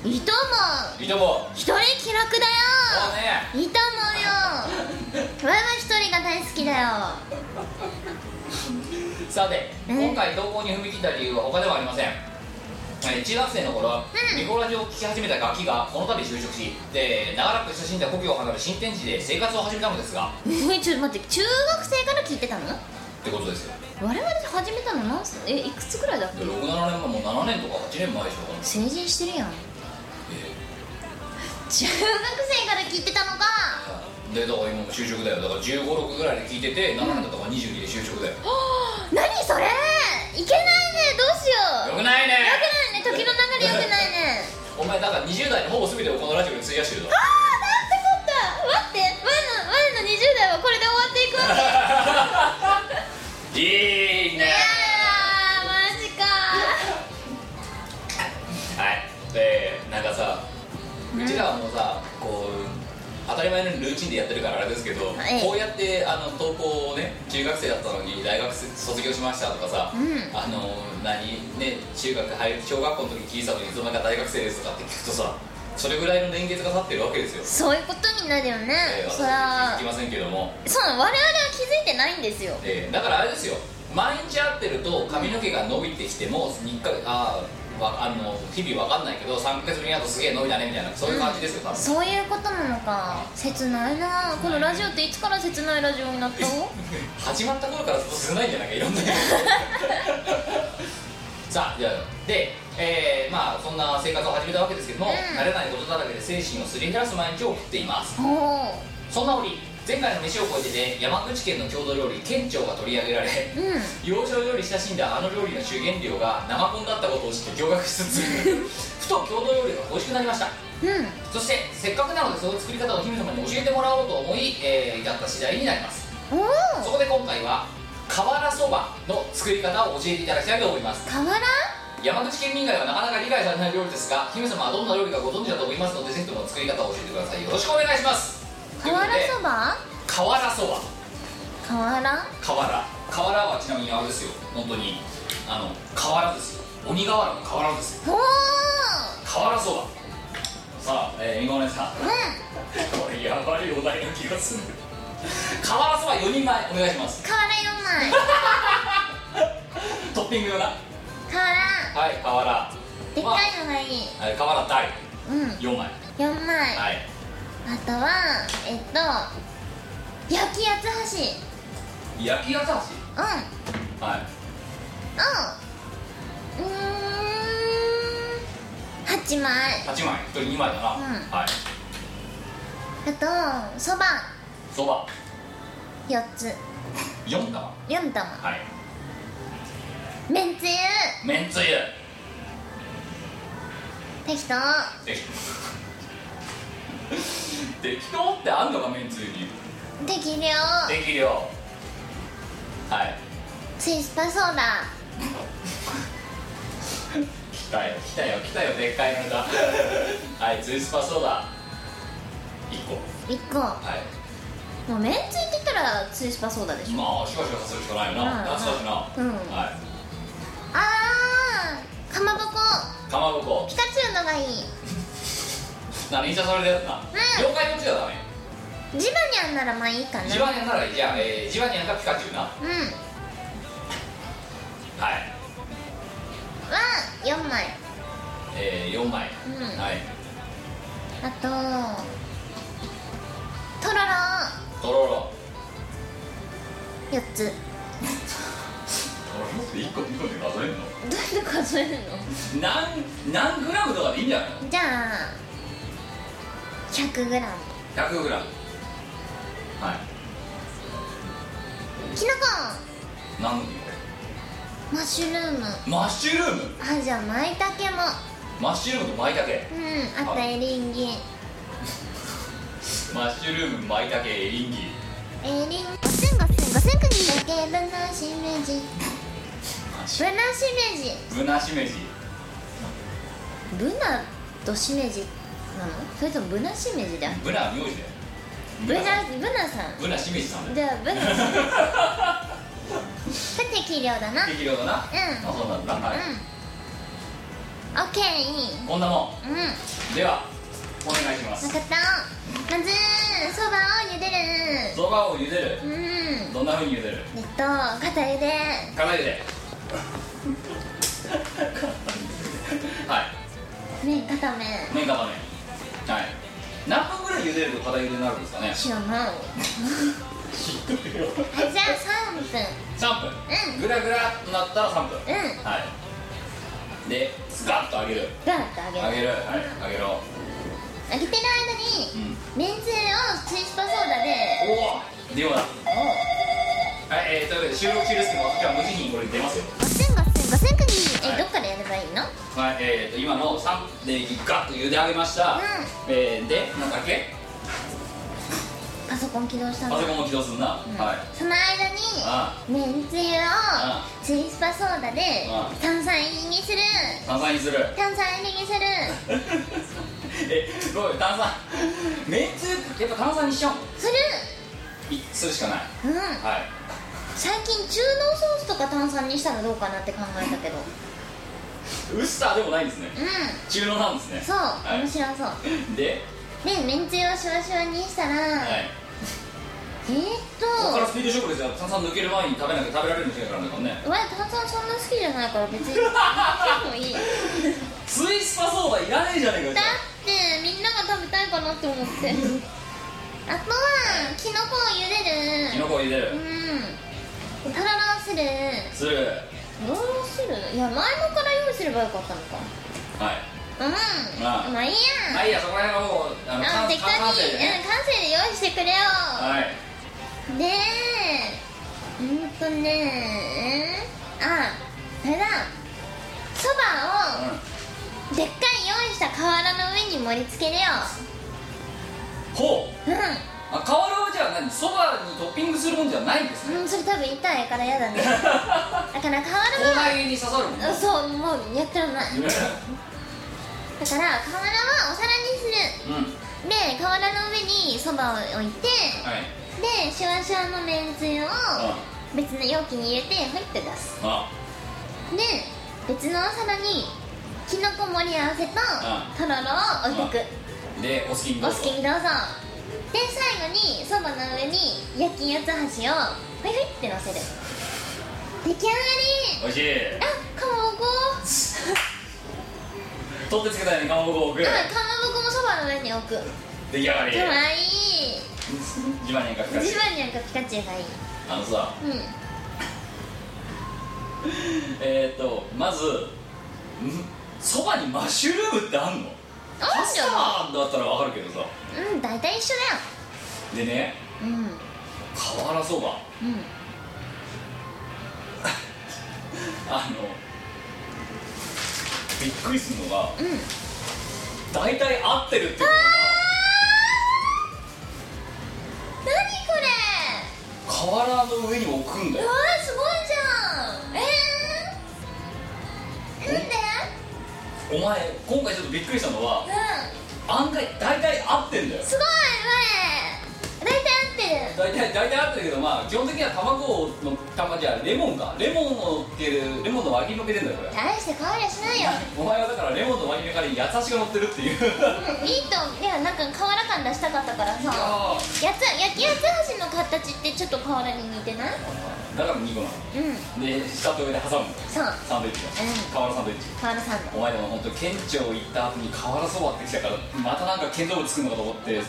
いいと思う
いとも
一人気楽だ
そう
よ
ね
いいと思うよわいわい一人が大好きだよ
さて
うん
今回投稿に踏み切った理由は他ではありませんえー中学生の頃、
うん
ミコラジを聴き始めたガキがこの度就職しで長らく親しんだ故郷を離れ新天地で生活を始めたのですが
えちょっと待って中学生から聞いてた
っ
の
てことですよ
我々始めたの何すえいくつくらいだっけ
67年前もう7年とか8年前でしょうかね
成人してるやん中学生から聞いてたのか
でだから今も就職だよだから1 5 6ぐらいで聞いてて7年だったから22で就職だよ
何それいけないねどうし
よく
ようよ
ないね
くないね時の流れよくないね
お前だから20代のほぼ全てをこのラジオに費やして るぞ
ああなんてこった待って前の前の20代はこれで終わっていくわけ
いいね
あーマジか
はいでなんかさうちらはもうさこう当たり前のようにルーチンでやってるからあれですけど、
はい
こうやってあの投稿をね中学生だったのに大学卒業しましたとかさ、
うん
あの何ね中学入る小学校の時聞いたのにいつの間にか大学生ですとかって聞くとさそれぐらいの年月が経ってるわけですよ
そういうことになるよね
えー私
そ
は
ら
気づきませんけども、
そう我々は気づいてないんですよ
えーだからあれですよ毎日会ってると髪の毛が伸びてきても日課あーわあの日々わかんないけど3ヶ月ぶりに会うとすげえ伸びたねみたいなそういう感じですよ多分、
そういうことなのか切ないなこのラジオっていつから切ないラジオになったの
始まった頃からずっと少ないんじゃないかい ろんなさあじゃあで、えーまあそんな生活を始めたわけですけども、
うん
慣れないことだらけで精神をすり減らす毎日を送っています
おお
そんな折前回の飯を超えてで山口県の郷土料理県庁が取り上げられ
うんうん
幼少より親しんだあの料理の主原料が生コンだったことを知って驚愕しつつふと郷土料理が美味しくなりましたそしてせっかくなのでその作り方を姫様に教えてもらおうと思い、えー、やった次第になります
おお
そこで今回は瓦そばの作り方を教えていただきたいと思います
河原
山口県民以外はなかなか理解されない料理ですが姫様はどんな料理かご存知だと思いますのでぜひとも作り方を教えてくださいよろしくお願いします
河原そば
瓦そば
河原
瓦瓦はちなみにあれですよ本当にあの瓦ですよ鬼瓦の瓦ですよ
おお
瓦そばさあ、えー、みごねさん
うん
これやばいお題の気がする瓦そば4人前お願いします
河原4枚
トッピングよな
河原
はい瓦
でっ
まあ
かいのがいい
はい瓦大
うん
4枚
4枚
はい
あとはえっと焼き八つ橋
焼き八つ
うん
橋はい
うんうーん8枚
8枚1人2枚だな、
うん
はい
あとそば
そば
4つ
4玉
4玉
はい
めんつゆ
めんつゆ
適当
適当 適当ってあんのかめんつゆに
適量
適量はい
ツイスパソーダ
来たよ来たよ来たよでっかい のだはいツイスパソーダ1個
1個
はい
もうめんつゆって言ったらツイスパソーダでしょ
まあしばしばするしかないよな
うん
夏だしな
う
は
ん
い
あーかまぼこ
かまぼこ
ピカチュウのがいい
何じゃそれでやったな妖怪どっちがダメ
ジバニャンならまあいいかな
ジバニャンならじゃあ、えー、ジバニャンかピカチュウなは
うん
い
は4枚
えー、4枚、
うん
はい
あととろろ
とろろ
4つ
とろろって1個2個で数えるの
どうやって数える
何何グラムとかでいいんじゃないの
のじゃあ 100g
100グラムはい
きの
何
こマッシュルーム
マッシュルーム
あじゃあまいたけも
マッシュルームとマイタケ
うんあとエリンギ
マッシュルームマイタケエリンギ
エリンギ
ガセンガセンガセンクニ
だけぶなしめじぶなしめじ
ブナシメジ
ぶなとしめじなのそれともぶなしめじだよ
ブナ名字だよ
ぶなぶなさん
ブナシメジさん だよ
ではぶなさん不適量だなうん
適量だなあそうなんだはい、
オッケー
こんなも
うん分
んではお願いします
かったまずそばを茹で
そばを茹でる
るうん
どんなふうに茹でる
えっと肩茹で
辛い茹で はい
麺固め
麺固めはい何分ぐらい茹でると硬い茹でになるんですかね
知らないあじゃあ3分
3分
うん
ぐらぐらっとなったら3分
うん
はいでガッと揚げる
ガーッと揚げ
揚げる
る
はい揚げろ
揚げてる
う
間
ん
にめんつゆをチースパソーダで
おおでもだはいえー、というわけで収録中ですけど私は無慈悲にこれ出ますよ
ガセンガセンガセンクニ
はい
えどっからやればいいの
はいえー、と今の3でガッと茹で上げました、えー、でなんだっけ
パソコン起動したんだ
パソコンも起動するな、
うん
はい
その
あ
間にめんつゆを
あ
チースパソーダで
あ
炭酸入りにする
炭酸にする
炭酸入りにする
えどうよ炭酸めんつゆやっぱ炭酸にしよ
する
ういするしかない
うん
はい
最近中濃ソースとか炭酸にしたらどうかなって考えたけど
ウスターでもないんですね
うん
中濃なんですね
そう
はい
面白そう
で、
でめんつゆをシュワシュワにしたら、
はい、
えー、っ
ここから
と
スピード勝負ですよ炭酸抜ける前に食べなきゃ食べられるんじゃないからねこれね
お前炭酸そんな好きじゃないから 別にでもいいだっ
スイスパソーダいらねえじゃねえかよ
てみんなが食べたいかなって思ってあとはきのこを茹で
キ
る
ノコを入れる
うんとろろをする
する
とろろをするいや前もから用意すればよかったのか
はい
うん
ああ
まあいいや
はいいやそこら辺はもうあ
あ
の
あ
完
適当に
完成で
うん
ね
感性で用意してくれよ、
はい
でうんとねああれだそばを
う
でっかい用意した瓦の上に盛り付けるよ
んほ
う
うあ瓦はじゃあ何そばにトッピングするもんじゃないんですね
ん、うん、それ多分痛いから嫌だねだから瓦
後
は
輩に刺さるもんね
うんそうもうやってらんないだから瓦はお皿にする
うん
で瓦の上にそばを置いて
はい
でシュワシュワのめんつゆを
う
別の容器に入れてふいって出す
あ
で別のお皿にきのこ盛り合わせととろろを置いて
でお好きに
く
ど
お
うぞ
好きにどうぞで最後にそばの上に焼き八つ橋をふいふいってのせる出来上がり
おいしい
あかまぼこ
取ってつけたようにかまぼこを置く
あかまぼこもそばの上に置く
出来上がり
かわいい
ジバニャンかピカチ
ジ
ュウ
バニャンかピカチュウがいい
あのさ
うん
えーっとまずんそばにマッシュルームってあんの
あ
パ
ん
ス
じゃ
タだったらわかるけどさ
んうん大体一緒
でね
だようん
瓦そば
うん
あのびっくりするのが
うん
大体合ってるっていうの
何これ
が瓦の上に置くんだ
う
よ
わーすごいじゃんえー、なんで
お前今回ちょっとびっくりしたのは
うん
案外大体合ってんだよ
すごいわえ大体合ってる
大体大体合ってるけどまあ基本的には卵の玉じゃレモンかレモンをのってるレモンの輪切りのっけてんだよこれ
大して変わりゃしないよ
お前はだからレモンの輪切りの代わりに八つ橋が乗ってるっていう
うんいいと思ういやなんか瓦感出したかったからさ
ああ
やつ焼き八つ橋の形ってちょっと瓦に似てない
だから2個な
うん
ので下と上で挟むの
そう
サンドイッチ
うん
が瓦サンドイッチ
瓦さんだ
お前でも本当県庁行った後に瓦そばってきたからまたなんか建造物作るのかと思って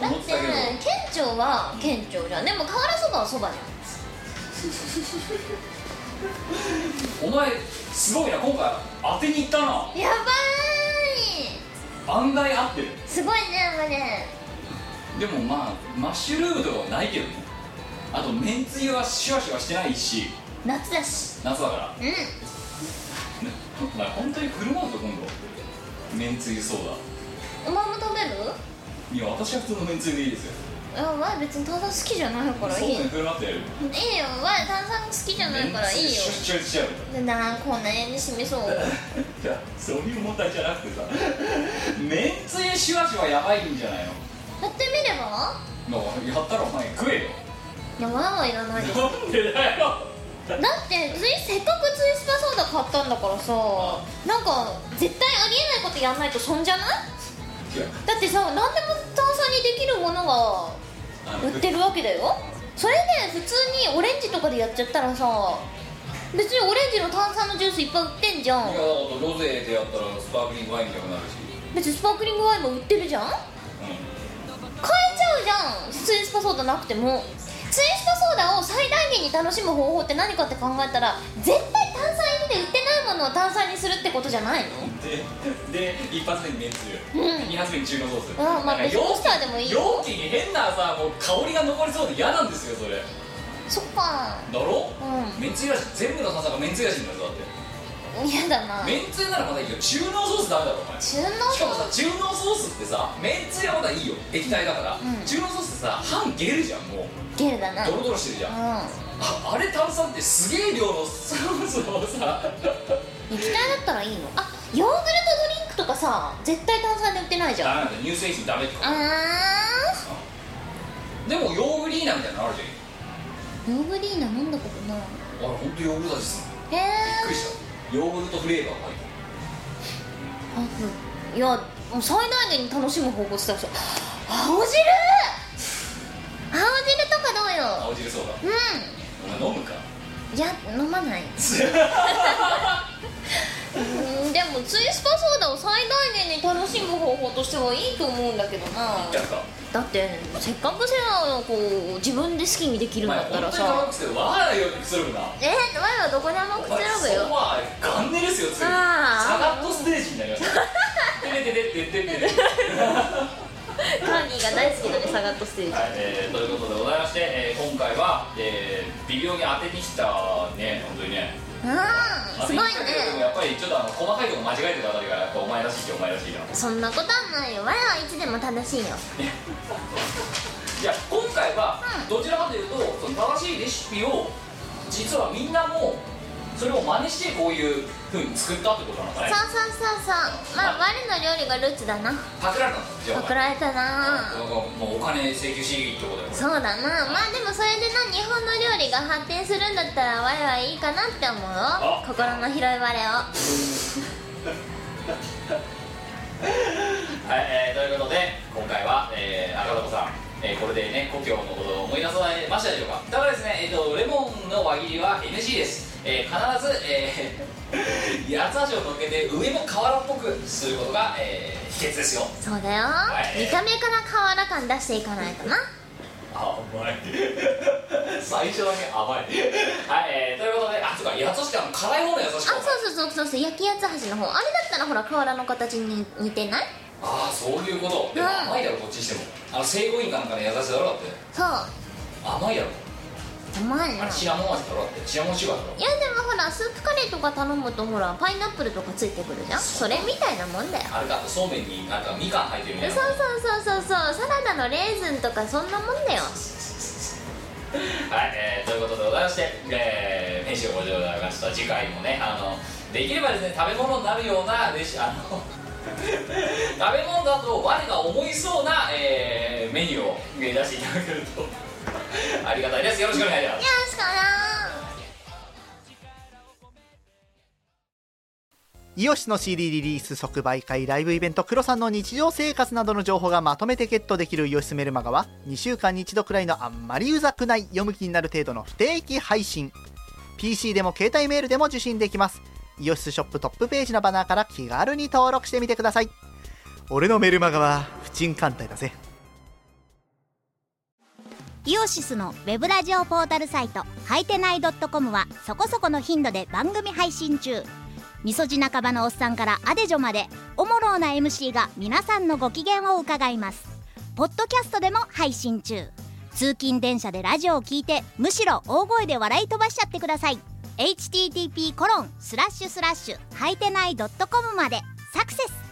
だっ
思っててたけど
県庁は県庁じゃんでも瓦そばはそばじゃん
お前すごいな今回当てに行ったな
やばーい
案外合ってる
すごいねマジ
でもまあマッシュルームとかはないけどねあとめんつゆはシュワシュワしてないし
夏だし
夏だから
うん
お前本当に振る舞うと今度めんつゆソーダ
お前も食べる
いや私は普通のめんつゆでいいですよ
あわ別に炭酸好きじゃないからい
そう
いいい
めん
よ
振る舞ってやる
わ炭酸好きじゃないからいい
めんつゆ
よ
シュッシュッしちゃう
なあこんな絵にしみそう
いやそういう問題じゃなくてさめんつゆシュワシュワやばいんじゃないの
やってみれば
まあやったらお前食えよ
いやわはいらないです
なんでだよ
だってついせっかくツイスパソーダ買ったんだからさなんか絶対ありえないことやんないと損じゃない
いや
だってさ何でも炭酸にできるものが
あの
売ってるわけだよそれで普通にオレンジとかでやっちゃったらさ別にオレンジの炭酸のジュースいっぱい売ってんじゃ
い
ん
やだからロゼでやったらスパークリングワインみたくなるし
別にスパークリングワインも売ってるじゃん買
う
えちゃうじゃんツインスパソーダなくてもツインスパソーダを最大限に楽しむ方法って何かって考えたら絶対炭酸入りで売ってないものを炭酸にするってことじゃないの
んでで一発目にめんつゆ、
うん
二発目に中華ソース
んまあ
なんか
別にロースターでもいいよ
容器に変なさもう香りが残りそうで嫌なんですよそれだ
そっか
ろ、
う
めんつゆだし全部の炭酸がめんつゆだしになるぞだって
ん嫌だな
めんつゆならまだいいよ中濃ソースダメだろお前
中濃
しかもさ中濃ソースってさめんつゆはまだいいよ液体だから、
うん
中濃ソースってさ半ゲルじゃんもう
ゲルだなう
ドロドロしてるじゃん、
ん
ああれ炭酸ってすげえ量のソースをさ
液体だったらいいのあヨーグルトドリンクとかさ絶対炭酸で売ってないじゃ
ダメな
ん
んだ乳製品ダメってこと
あ
でもヨーグリーナみたいなのあるじ
ーヨーグリーナ飲んだことない
ゃんあれ本当ヨーグルト味するび
へ
っくり
え
したヨーグルトフレーバーが入って
いやもう最大限に楽しむ方法って言ってたでしょ青汁青汁とかどう
る
よ
青汁ソーダ
う
お 前飲むか
んいや飲まないうんでもツイスパソーダを最大限に楽しむ方法としてはいいと思うんだけどな
やっぱ
だってせっかくせなこう自分で好きにでき
お
るん
前
だった
本当
ら
に辛
さ
くてわーないようにくつろぐな
えー、前はどこで
お
もく
前
つろぐ
そ
よ
こはガンネですよついにサ
あ
ガ
ー
ットステージになりましたてれてれてれてれてれ
カーニーが大好きだねサガットステージ
はい、えーということでございまして、えー今回は、えー微妙に当てにきたね本当にね
うんすごい
当てに来たけれども
ね
やっぱりちょっとあの細かいとこ間違えてるあたりがやっぱお前らしいってお前らしいな
そんなことはないよ我はいつでも正しいよ
いや今回はどちらかというとその正しいレシピを実はみんなもそれを真似してこういうふうに作ったってことなのか
そう
ね
そうそうそうまあ我の料理がルーツだな
パクられたんですよ
パクられたな
もうお金請求しいってことだよこれ
そうだなまあでもそれでな日本の料理が発展するんだったら我はいいかなって思うよ
あ
心の広い我を
はい、えーということで今回は、えー、赤田子さん、えーこれでね故郷のことを思い出されましたでしょうかただですね、えー、とレモンの輪切りは NG です、えー必ず、えー、八つ橋を乗っけて上も瓦っぽくすることが、えー秘訣ですよ
そうだよ
い
見た目から瓦感出していかないとな
甘い最初だけ甘いはい、えーということであそうか八つ橋ってあの辛い方の八つ
あ
橋
そうそうそうそうそう焼き八つ橋の方あれだったらほら瓦の形に似てない
ああそういうことでも
うん
甘いだろこっちにしてもあの聖護院かなんかの八つ橋だろだって
そう
甘いやろ
うまいな
あれシナモン味だろだってシナモンシュガーだろ
いやでもほらスープカレーとか頼むとほらパイナップルとかついてくるじゃんそれみたいなもんだよ
あれだってそうめんになんかみかん入ってるみ
そ
たい
うそ
な
うそうそうそうサラダのレーズンとかそんなもんだよ
はい、えーということでございまして、えー、編集をご上でございました次回もねあのできればですね食べ物になるようなレシあの 食べ物だと我が思いそうな、えーメニューをえー出していただけると ありがたいですよろしくお願いします
よしかな
イオシスの CD リリース即売会ライブイベントクロさんの日常生活などの情報がまとめてゲットできるイオシスメルマガは2週間に1度くらいのあんまりうざくない読む気になる程度の不定期配信 PC でも携帯メールでも受信できますイオシスショップトップページのバナーから気軽に登録してみてください俺のメルマガは不沈艦隊だぜ
イオシスのウェブラジオポータルサイトはいてない .com はそこそこの頻度で番組配信中みそじ半ばのおっさんからアデジョまでおもろうな MC が皆さんのご機嫌を伺いますポッドキャストでも配信中通勤電車でラジオを聞いてむしろ大声で笑い飛ばしちゃってください http コロンスラッシュスラッシュはいてない .com までサクセス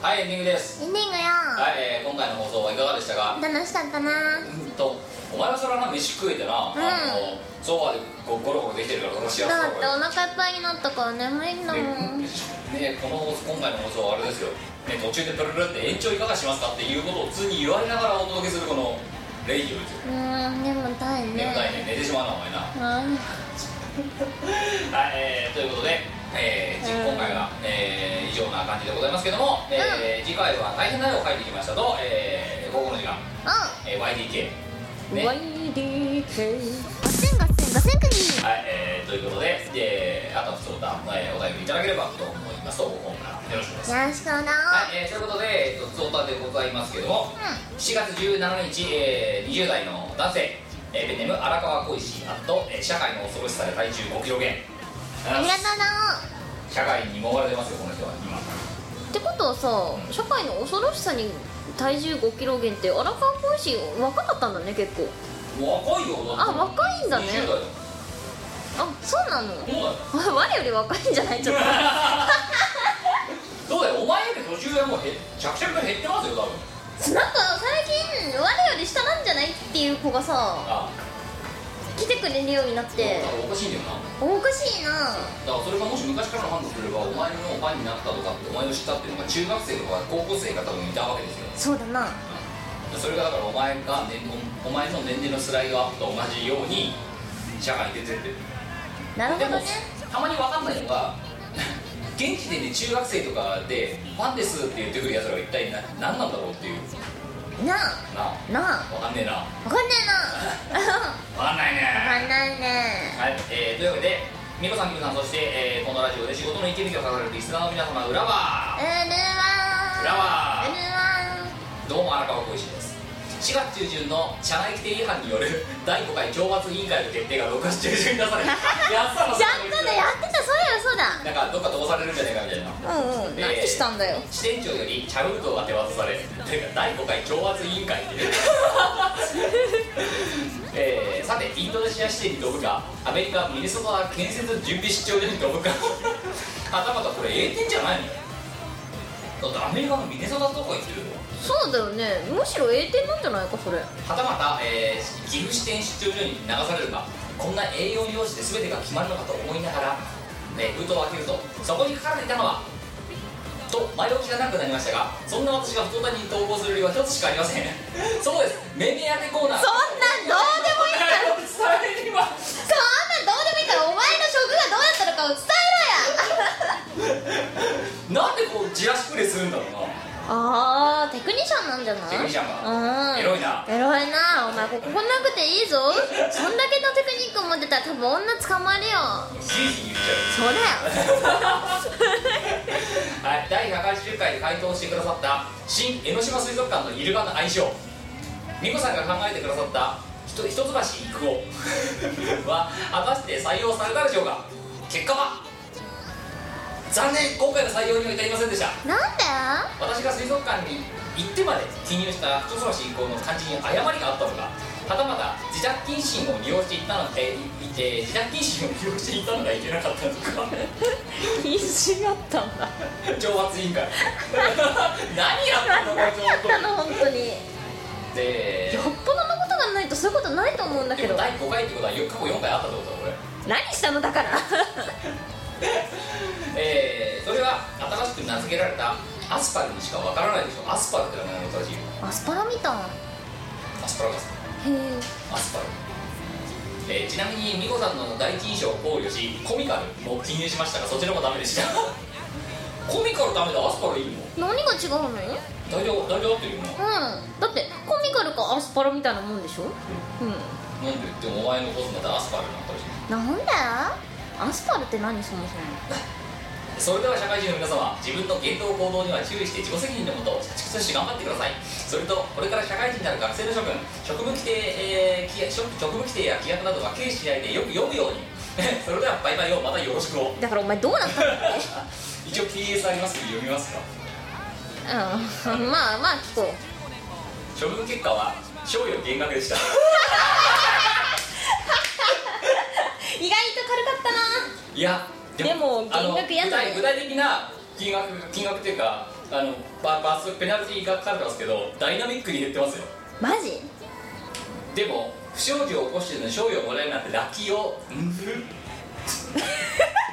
はいエンディングです
エンディングよ
はい、えー今回の放送はいかがでしたか
楽しかったな
うんとお前はそれはな飯食えてな、あのソファーでゴゴロゴロできてるからこの幸せ
だ
だ
ってお腹いっぱいになったから眠いんだもん
ね、この放送今回の放送はあれですよ、ね、途中でプルルンって延長いかがしますかっていうことを普通に言われながらお届けするこのレイディオですよ
うんでも大変
眠
ね
たいね寝てしまうなお前なは
うん
い、えーということで、えーじ今回は、えー以上な感じでございますけども、えー次回は「大変な絵を描いてきましたと」えー午後の時間、えー YDK ね
YDK
ガセンガセンガセンクギー
はい、えーということで、えーあとは普通歌、えーお便りいただければと思いますとご本からよろしくお願いします
よろしくな
はい、えー、ということで、えっと、ゾータでございますけども、7月17日、えー、20代の男性、えー、ペンネーム荒川小石あと、えー社会の恐ろしさで体重5キロ減
ありがとうな
社会にもがれてますよこの人は今
ってことはさ社会の恐ろしさに体重5キロ減って荒川浩司若かったんだね結構
若いよだって
あ若いんだね
20代だよ
あそうなの
そうだよ
我より若いんじゃないちょっと
そうだよお前より年上はもうへ着々と減ってますよ多分
なんか最近我より下なんじゃないっていう子がさ
あ
来てくれるようになっ
だ
て
からおかしいんだよなだ
おかしいな
からそれがもし昔からのファンとすればお前のファンになったとかってお前を知ったっていうのが中学生とか高校生が多分いたわけですよ
そうだな
それがだからお前が年おお前の年齢のスライドアップと同じように社会に出てってる
なるほ
で
ど
も
ね
たまに分かんないのが現地でね中学生とかで「ファンです」って言ってくるやつらが一体な何なんだろうっていう
な
な
あなあ
分かんねえな
分かんねえな
分かんない
分
ね
かんないね
はい、えー、というわけで美子さん美子さんそして、えーこのラジオで仕事の息抜きをされるリスナーの皆様裏は
うる
裏
わ
は
ーうるわー
どうも荒川浩一です4月中旬の社内規定違反による 第5回懲罰委員会の決定が6月中旬に出さ れやったの
やったねやってたそうやそう
な
だ
んかどっか飛ばされるんじゃないかみたいな
うんうん
えー
何したんだよ
支店長より茶封筒が手渡されてか第5回懲罰委員会って えーさてインドネシア支店に飛ぶかアメリカミネソタ建設準備市長所に飛ぶかはたまたこれ栄転じゃないのだってアメリカのミネソタとか行ってるの
そうだよねむしろ栄転なんじゃないかそれ
はたまた、えー岐阜支店出張所に流されるかこんな栄養用紙で全てが決まるのかと思いながら、えー封筒を開けるとそこに書かれていたのはと前置きがなくなりましたがそんな私が太田に投稿する理由は一つしかありません そうですメディアテコーナー
そんなんどうでもいいから
もいいから 伝えれば
そんなんどうでもいいからお前の職がどうだったのかを伝えろや
なんでこうジラシプレイするんだろうな
あーテクニシャンなんじゃない
テクニシャン
う
が
ん
エロいな
エロいなお前ここ来なくていいぞそんだけのテクニック持ってたら多分女捕まるよ
ヒーヒー言っちゃう
そうだよ
はい、第180回で回答してくださった新江ノ島水族館のイルカの愛称美子さんが考えてくださったひと一橋育 夫は果たして採用されたでしょうか結果は残念今回の採用には至りませんでした
なんで
私が水族館に行ってまで記入した一橋以降の漢字に誤りがあったのかはたまた自宅謹慎を利用していったので、いて自宅謹慎を利用していたのがいけなかったのか
禁止があったん だ
懲罰委員会何やったのこれちょ
あの本当によ
っとで
っぽどのことがないとそういうことないと思うんだけ
で
ど
も第5回ってことはよ過去4回あったってことだこれ
何したのだから
えー、それは新しく名付けられたアスパルにしかわからないでしょアスパルって名前の正しい
アスパラみたい
アスパラガス
へえ
アスパル、えーちなみに美子さんの第一印象を考慮しコミカルも記入しましたがそちらもダメでした コミカルダメでアスパルいいの
何が違うのうんだ
大丈夫大丈夫っていうのなん
ってコミカルかアスパラみたいなもんでしょうん
ででもお前のボスまたアスパルになったらしい
なんだアスパルって何そもそも
それでは社会人の皆様自分の言動行動には注意して自己責任のもと社畜として頑張ってくださいそれとこれから社会人になる学生の諸君職務規定、えー規約職職務規定や規約などは軽視しないでよく読むように それではバイバイをまたよろしくを
だからお前どうなった
一応 PS ありますけど読みますか
のうんまあまあ聞こう
処分結果は賞与減額でした
意外と軽かったない
や
でも
あの
減額やだね
具体具体的な金額金額っていうかあのババスペナルティがかかってますけどダイナミックに減ってますよ
マジ
でも不祥事を起こしてるのに賞与をもらえるなんてラッキーを うんい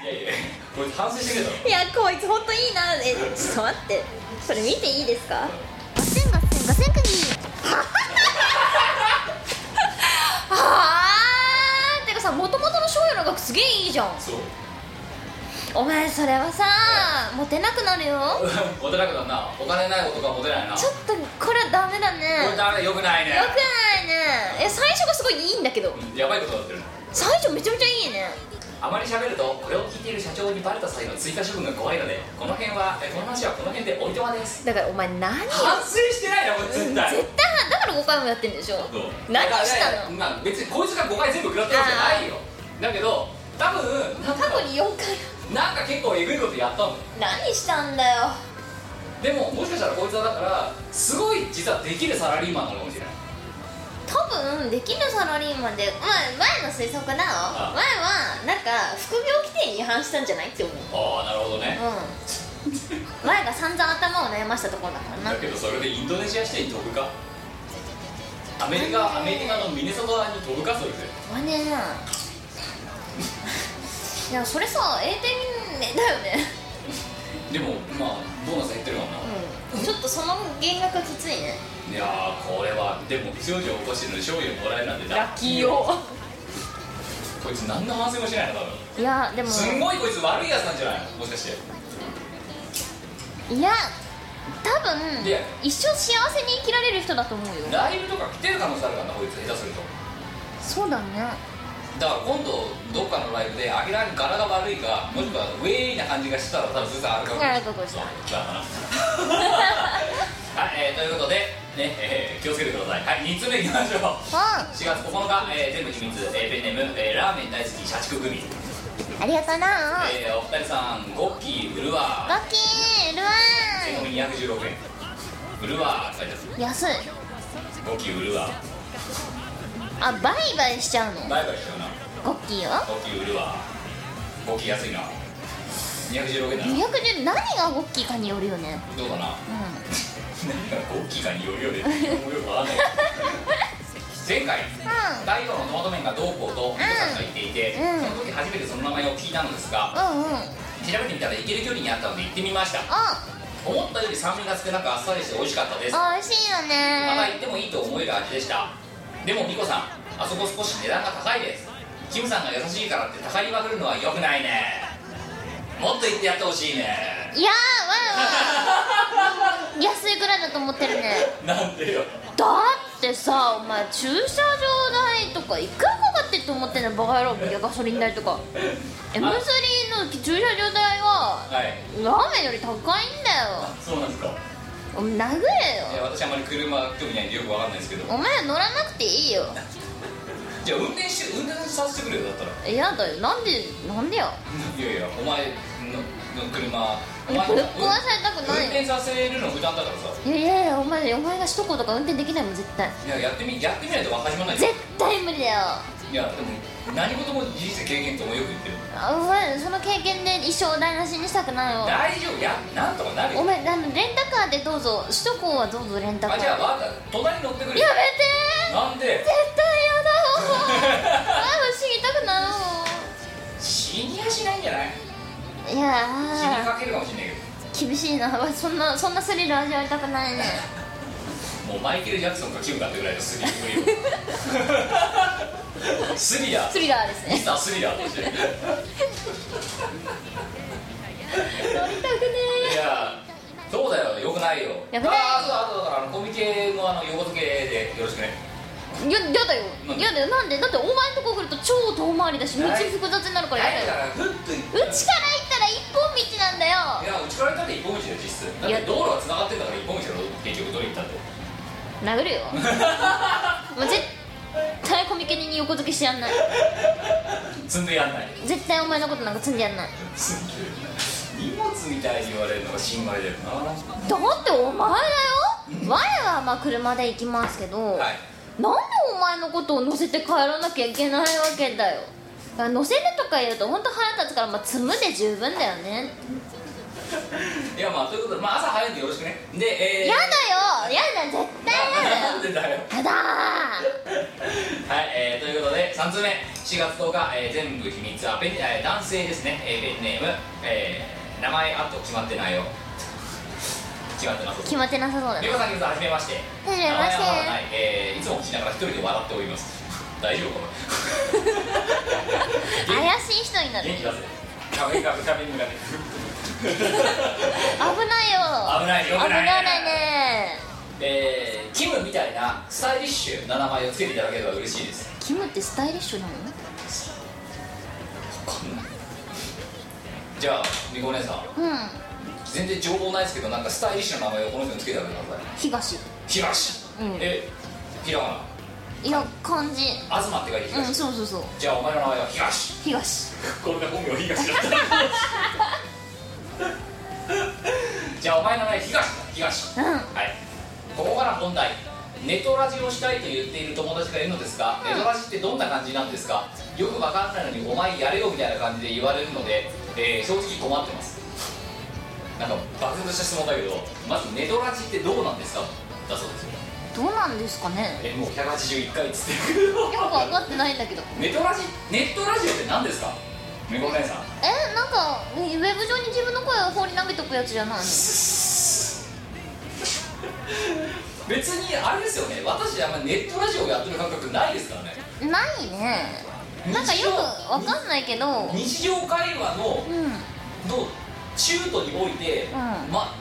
やいやこれ反省してくれたの
いやこいつ本当いいなえちょっと待ってそれ見ていいですか
ガセンガセンガセンクニー
はあてかさもともとの賞与の額すげえいいじゃん
そう
お前それはさモテなくなるよ
モテなくなるなお金ない男はモテないな
ちょっとこれはダメだ
これ
ね
ダメだよくないね
よくないねえ最初がすごいいいんだけど
うんやばいことになってる
最初めちゃめちゃいいね
あまり喋るとこれを聞いている社長にバレた際の追加処分が怖いのでこの辺はえこの話はこの辺でおいとまです
だからお前何を
反省してないなもう絶対、
絶対だから5回もやってんでしょ
そう
何したの
だからねまあ、別にこいつが5回全部食らってるわけじゃないよだけど多分なん
過
か
去に4回
なんか結構えぐいことやったの
何したんだよ
でももしかしたらこいつはだからすごい実はできるサラリーマンなのかもしれない
多分できるサラリーマンで、まあ、前の推測だ
あ
わ前はなんか副業規定に違反したんじゃないって思う
ああなるほどね
うん前が散々頭を悩ましたところだからな
だけどそれでインドネシア支店に飛ぶかアメリカアメリカのミネソタに飛ぶかそれで
まあねいやそれさ栄転だよね
でもまあボーナス減ってるかもな、
うんちょっとその減額きついね
いやーこれはでも不祥事を起こしてるのに勝利をもらえるなんて
ラッキーを
こいつ何の反省もしないの多分
いやでも
すんごいこいつ悪いやつなんじゃないのもしかして
いや多分
いや
一生幸せに生きられる人だと思うよ
ライブとか来てる可能性あるからなこいつ下手すると
そうだね
だから今度どっかのライブで明らかに柄が悪いかもしくはウェーイな感じがしたら多分ずっとあるかもしれない
あるかもしれない
そうだな はい、えーということで、ねえー気をつけてくださいはい2つ目いきましょう
あ
4月9日、えー、全部秘密、えーペンネーム、えーラーメン大好き社畜組、
ありがとうな
えーお二人さんゴッキー売る
ガ
わ
ッキールワ
税込み216円売るわって書いてあ
ーン安い
るゴッキー売るわ
あバイバイしちゃうの
バイバイしような
ゴッキーは
ゴッキー売るわゴッキー安いな216円だな
210何がゴッキーかによるよね
どうかな
う
何がゴッキーかによるよ ねもうよくわかんない前回第4のトマト麺がどうこうと皆さんが言っていて、
うん
その時初めてその名前を聞いたのですが、
んうんうん
調べてみたら行ける距離にあったので行ってみました
あ
思ったより酸味が少なくあっさりして美味しかったです
あ美味しいよ
また
ね
行ってもいいと思える味でしたでも美子さんあそこ少し値段が高いですキムさんが優しいからって高いまくるのは良くないねもっと行ってやってほしいね
いやーわいわい安いくらいだと思ってるね
なんでよ
だってさお前駐車場代とかいくらかかってって思ってんのバカ野郎いやガソリン代とか M3 の駐車場代は
はい
ラーメンより高いんだよ
そうなんですか
お前殴れ
いや
よ
私あまり車興味ないんでよくわかんないですけど
お前乗らなくていいよ
じゃあ運転して運転させてくれよだったら
嫌だよなんでなんでよ
いやいやお前のの車お前
ぶっ壊されたく
運
ない
転させるの無駄だからさ
いやいやいやお前お前が首都高とか運転できないもん絶対
いややってみやってみないと分かりまないよ
絶対無理だよ
いやでも何事も事実経験って俺よく言ってる
あお前その経験で一生台無しにしたくないよ
大丈夫やなんとかなる
お
よ
前あのレンタカーでどうぞ首都高はどうぞレンタカ
あ
ー
じゃあわかった隣に乗ってくれ
や
よ
めて
なんで
絶対やだもんあ死にたくない
死にはしないんじゃない
もんい
死
や
にかけるかもしれない
ー厳しいなそんなそんなスリル味わいたくないね
けどもうマイケル・ジャクソンかキムかってぐらいのスリルぶり よスリラー
スリラーです
ミ
ね
スタースリラーとして
乗りたくね
いやそうだよよくないよ
よくな
あ
い
あそうだあとだからあのコミケのあの横付けでよろしくね
えややだよ
なんで
やだよなんでだってお前のとこ来ると超遠回りだし道複雑になるから
はいだ
や
か
だよ
らふっという
ちから行っ
い
たら一本道なんだよ
やうちから行ったら一本道だよ実質だっ
いや
て道路が繋がってんだから一本道だろ結局どれ行ったって
殴るよ もう絶対コミケに横付けしてやんない
積んでやんない
絶対お前のことなんか積んでやんない
積んでやんない荷物みたいに言われるのが心外だよなは
だってお前だよ前はまあ車で行きますけど、
い
なんでお前のことを乗せて帰らなきゃいけないわけだよだから乗せるとか言うと本当腹立つからまあ積むで十分だよね
いやまあということで、まあ、朝早いんでよろしくねでえー、
やだよやだ絶対やだ
な
よ
んでだよ
やだ
はい、えー、ということで3通目4月10日、えー全部秘密はペン、えー男性ですね、えーペンネーム、えー名前あと決まってないよ決まってます
ー決まってなさそうだ
り
ね
ょうさんきむさんはじめまして
はじめまして
名前はまだない、えーいつも聞きながら一人で笑っております 大丈夫か これ
怪しい人になる
元
危
気出せカメカメカメカメ
ないよ
危ないよ
危
くない
ないね
えー、キムみたいなスタイリッシュな名前をつけていただければ嬉しいです
キムってスタイリッシュなの
じゃあみこお姉さん
うん
全然情報ないですけどなんかスタイリッシュな名前をこの人につけてあげてください
東
東、
うん
えひらが
いや漢字
な東って書いて
うん
東、
そうそうそう
じゃあお前の名前は東
東
これが本名東だったじゃあお前の名前東だ東
うん
はいここから本題ネトラジをしたいと言っている友達がいるのですが、ネトラジってどんな感じなんですかよくわかんないのにお前やれよみたいな感じで言われるので、えー正直困ってますなんか漠然とした質問だけどまずネトラジってどうなんですかだそうですよ
どうなんですかね
えもう181回っつってるけど
よく分かってないんだけど
ネトラジネットラジオって何ですかめこ姉さん
えなんかウェブ上に自分の声を放り投げとくやつじゃないの
別にあれですよね私あんまネットラジオやってる感覚ないですからね
ないねなんかよくわかんないけどうん
日常会話のの中途において、
ん
ま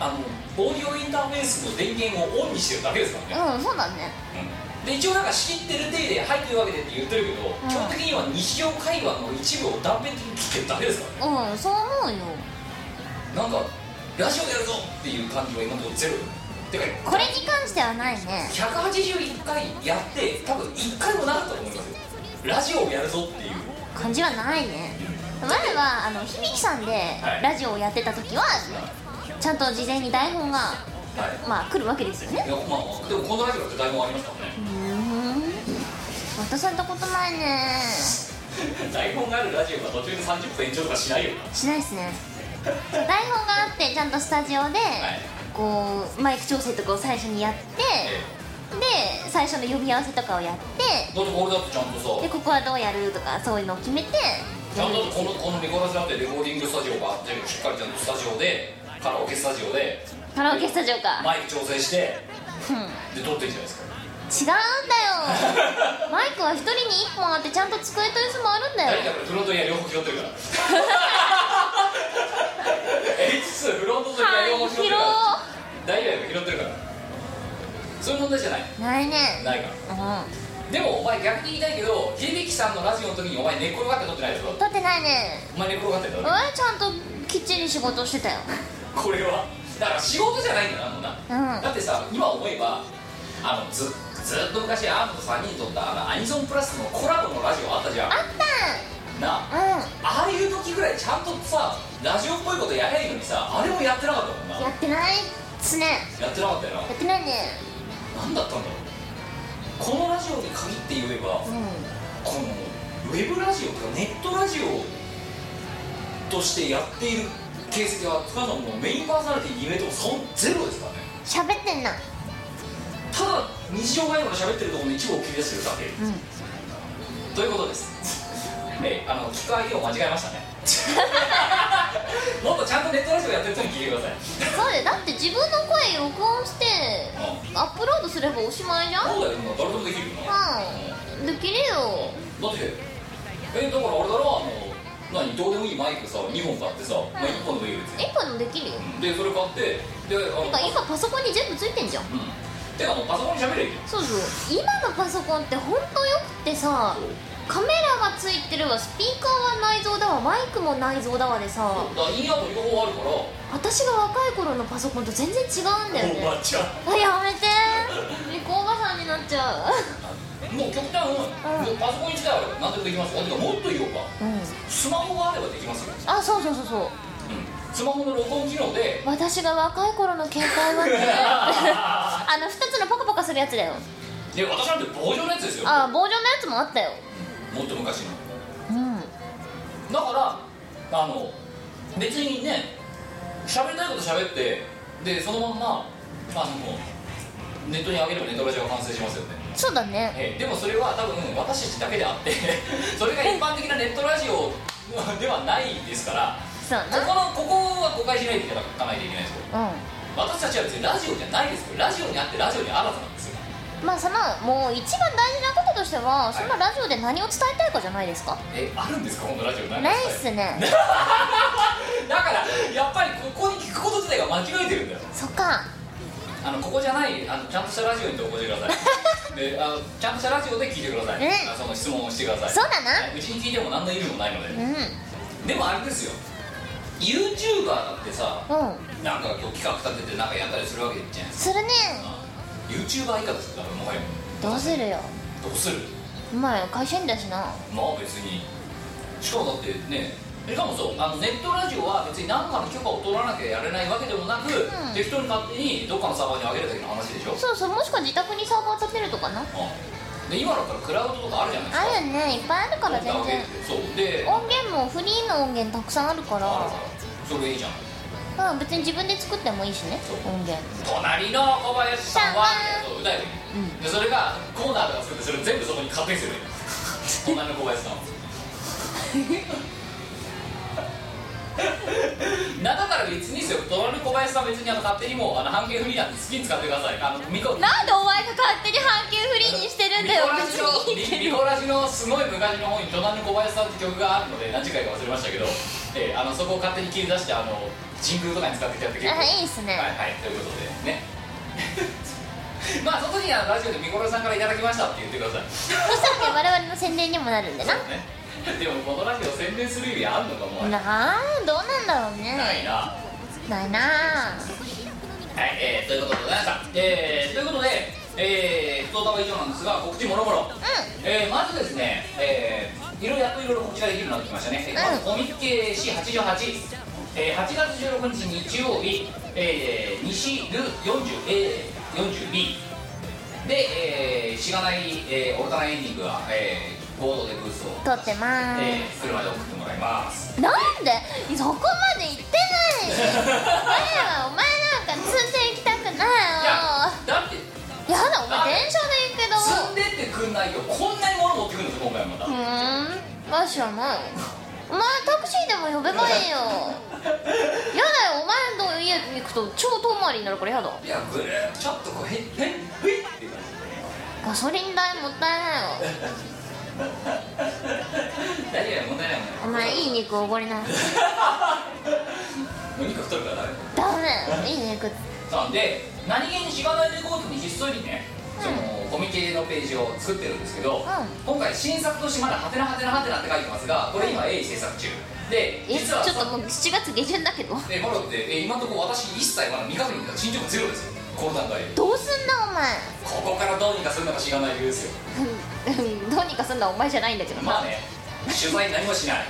あのオーディオインターフェースの電源をオンにしてるだけですからね、
うんそうだね
うんで一応なんか仕切ってる体で入ってるわけでって言ってるけど、
ん
基本的には日常会話の一部を断片的に切ってるだけですからね
うんそう思うよ
なんかラジオやるぞっていう感じは今のところゼロてか
これに関してはないね
181回やって多分1回もなかったと思いますよラジオをやるぞっていう
感じはないね前はあの響さんで
はい
ラジオをやってた時はちゃんと事前に台本が
はい
まあ来るわけですよね
いやまあでもこのラジオって台本ありますからね
う ーん渡されたことないね
台本があるラジオが途中で30分延長とかしないよな
しないですね台本があってちゃんとスタジオで、こうマイク調整とかを最初にやって、
え
で最初の呼び合わせとかをやって
だってこれだってちゃんと
で
さ
ここはどうやるとかそういうのを決めて
ちゃんとこのこのミコラジだってレコーディングスタジオがあってしっかりちゃんとスタジオでカラオケスタジオで
カラオケスタジオか
マイク調整して
うん違うん
で撮ってるじゃないですか
だよマイクは一人に一本あってちゃんと机と椅子もあるんだ
大体
よ
これフロントには両方拾ってるから H2 フロントと
は
両方拾っ
い
てるから
広
大丈夫拾ってるからそういう問題じゃない
ないね
ないから
うん
でもお前逆に言いたいけど響さんのラジオの時にお前寝っ転がって撮ってないでしょ
取ってないね
お前寝っ転がってた
お
よ
前ちゃんときっちり仕事してたよ
これはだから仕事じゃないんだよなもうな、
うん
だってさ今思えばあのずずっと昔アームと3人とったあのアニソンプラスのコラボのラジオあったじゃん
あった
なあ
う
ああいう時ぐらいちゃんとさラジオっぽいことやりゃいいのにさあれもやってなかったもんなん
やってないっすね
やってなかったよな
やってないね
何だったんだろうこのラジオに限って言えば、このウェブラジオとかネットラジオとしてやっている形跡は塚さんもメインパーソナリティ2名ともそんゼロですからね
喋ってんな
ただ日常会話の喋ってるところの一部を切り出してるだけ、ということですえあの聞く相手を間違えましたね もっとちゃんとネットラジオやってる人に聞いてください
そうだよだって自分の声録音してアップロードすればおしまいじゃん
そうだよもう誰でもできるよな、
うんできるよ
だってえだから俺だろあの何どうでもいいマイクさ2本買ってさ、まあ、1本でもいいよ別に
一本でもできるよ
でそれ買ってであの
なんか今パソコンに全部ついてんじゃん
うんてかもうパソコンに喋れるよ
そうそう今のパソコンって本当よくてさカメラがついてるわスピーカーは内蔵だわマイクも内蔵だわでさ
だからインアウト両方あるから
私が若い頃のパソコンと全然違うんだよね
おばちゃん
あやめてみこおばさんになっちゃう
もう極端、もうパソコン自体は何でもできますよてかもっと言おうか、スマホがあればできますよ、
あそうそうそうそう
うん、スマホの録音機能 で
私が若い頃の携帯はね あの2つのポカポカするやつだよ
で私なんて棒状のやつですよ
ああ棒状のやつもあったよ
もっと昔の
うん
だからあの別にね喋りたいこと喋ってでそのまんまあのネットに上げればネットラジオが完成しますよね
そうだね
ええでもそれは多分私たちだけであって それが一般的なネットラジオ ではないですから
そう
ここのここは誤解しないでいただかないといけないですよ
なうん
私たちは別にラジオじゃないですよラジオにあってラジオにあらずなんですよ
まあそのもう一番大事なこととしてはそのラジオで何を伝えたいかじゃないですか、
えあるんですかこのラジオ何
ない
で
っ
す
すね
だからやっぱりここに聞くこと自体が間違えてるんだよ
そっか
あのここじゃないあのちゃんとしたラジオに投稿してください であのちゃんとしたラジオで聞いてください、
うん
あその質問をしてください
そうだな
はいうちに聞いても何の意味もないので、
うんうん
でもあれですよ YouTuber だってさなんか今日企画立ててなんかやったりするわけじゃないです
するね
か、YouTuber 以下ですからもはや
どうするよ
どうする
まあ会社員だしな
まあ別にしかもだってねしかもそうあのネットラジオは別に何かの許可を取らなきゃやれないわけでもなく、
ん
適当に勝手にどっかのサーバーに上げるだけの話でしょ
そうそうもしくは自宅にサーバー立てるとかな
うんで今だったらクラウドとかあるじゃないですか
あるねいっぱいあるから全
音楽上げ
然
てそうで
音源もフリーの音源たくさんある
あ
か
る
ら
からそれいいじゃん
うん別に自分で作ってもいいしね
そう
音源
隣の小林さんは
さんは
そう歌えばいい、でそれがコーナーとか作ってそれ全部そこに勝手にする隣の小林さんはなんだから別にいいですよ隣の小林さんは別にあの勝手にもうあの半径フリーなんて好きに使ってくださいあのミコ
なんでお前が勝手に半球フリーにしてるんだよ別にいいけ
ミ
ど
コラジのすごい昔の方に「隣の小林さん」って曲があるので何時間か忘れましたけど、えーあのそこを勝手に切り出してあの神宮とかに使ってきたって結構
あいいっすね、
はいはいということでね まあその時にあのラジオでミコラジさんからいただきましたって言ってください
そしたらね我々の宣伝にもなるんでな
ねでもこのラジオ宣伝する意味あるのかもう
なあどうなんだろうね
ないな
ないなあ
はい、えー、ということでございました、えー、ということで、えー、不登場は以上なんですが告知もろもろ、えーまずですね、えー、いろいろやっといろいろ告知ができるようになってきましたね、えーまずコミケ C88、えー、8月16日日曜日、えー、西ル 40A40B で、えー、しがない、えー、オルタナエンディングは、えー、ボードでブースを、
撮ってまー
えー、車で送ってもらいます
すなんでそこまで行ってないしお前はお前なんか通天行きたくないよ
いやだって
やだお前電車で行くけど
積んでってくんないよこんなに物持ってくるんですよ今回はまた
うーんまあ知らないよお前タクシーでも呼べばいいよやだよお前の家行くと超遠回りになるからやだ
いやぐるーちょっとこうへっへっへいって感
ガソリン代もったいないよ
じ大丈夫や問題ない
お
もんね
前いい肉おごりな
お肉太るからダメ
ダメいい肉
なんで何気にしがないレコードにひっそりねそのコミケのページを作ってるんですけど、今回新作としてまだ「ハテナハテナハテナ」って書いてますがこれ今鋭意制作中で
え
実は
ちょっともう7月下旬だけど
えモロってえ今のところ私一切まだ未確認だ進捗ゼロですよこの段階で
どうすんなお前
ここからどうにかするのがしがない理由ですよ
うんどうにかすんなお前じゃないんだけどな
まあね取材何もしない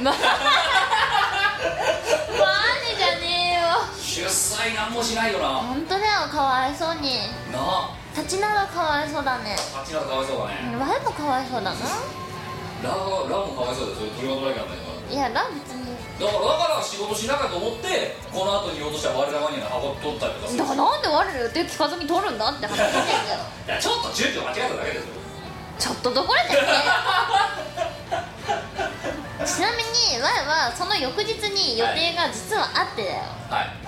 ジじゃねえよ
出材何もしないよなな
本当だよかわいそうに
あ
立ちながかわいそうだね
あっちの方がかわいそうだね
ライもかわいそうだな
ラーラーもかわいそうだよそれ取り戻らなきゃなんだよ
いやライ別に
だからだから仕事しなきゃと思ってこの後に言おうとした我らがに運び取ったりとかする
だからなんで我ら予定聞かずに取るんだって話してんだよ
いやちょっと住居間違えただけですよ
ちょっとどころじゃねえよちなみに我はその翌日に予定が実はあってだよ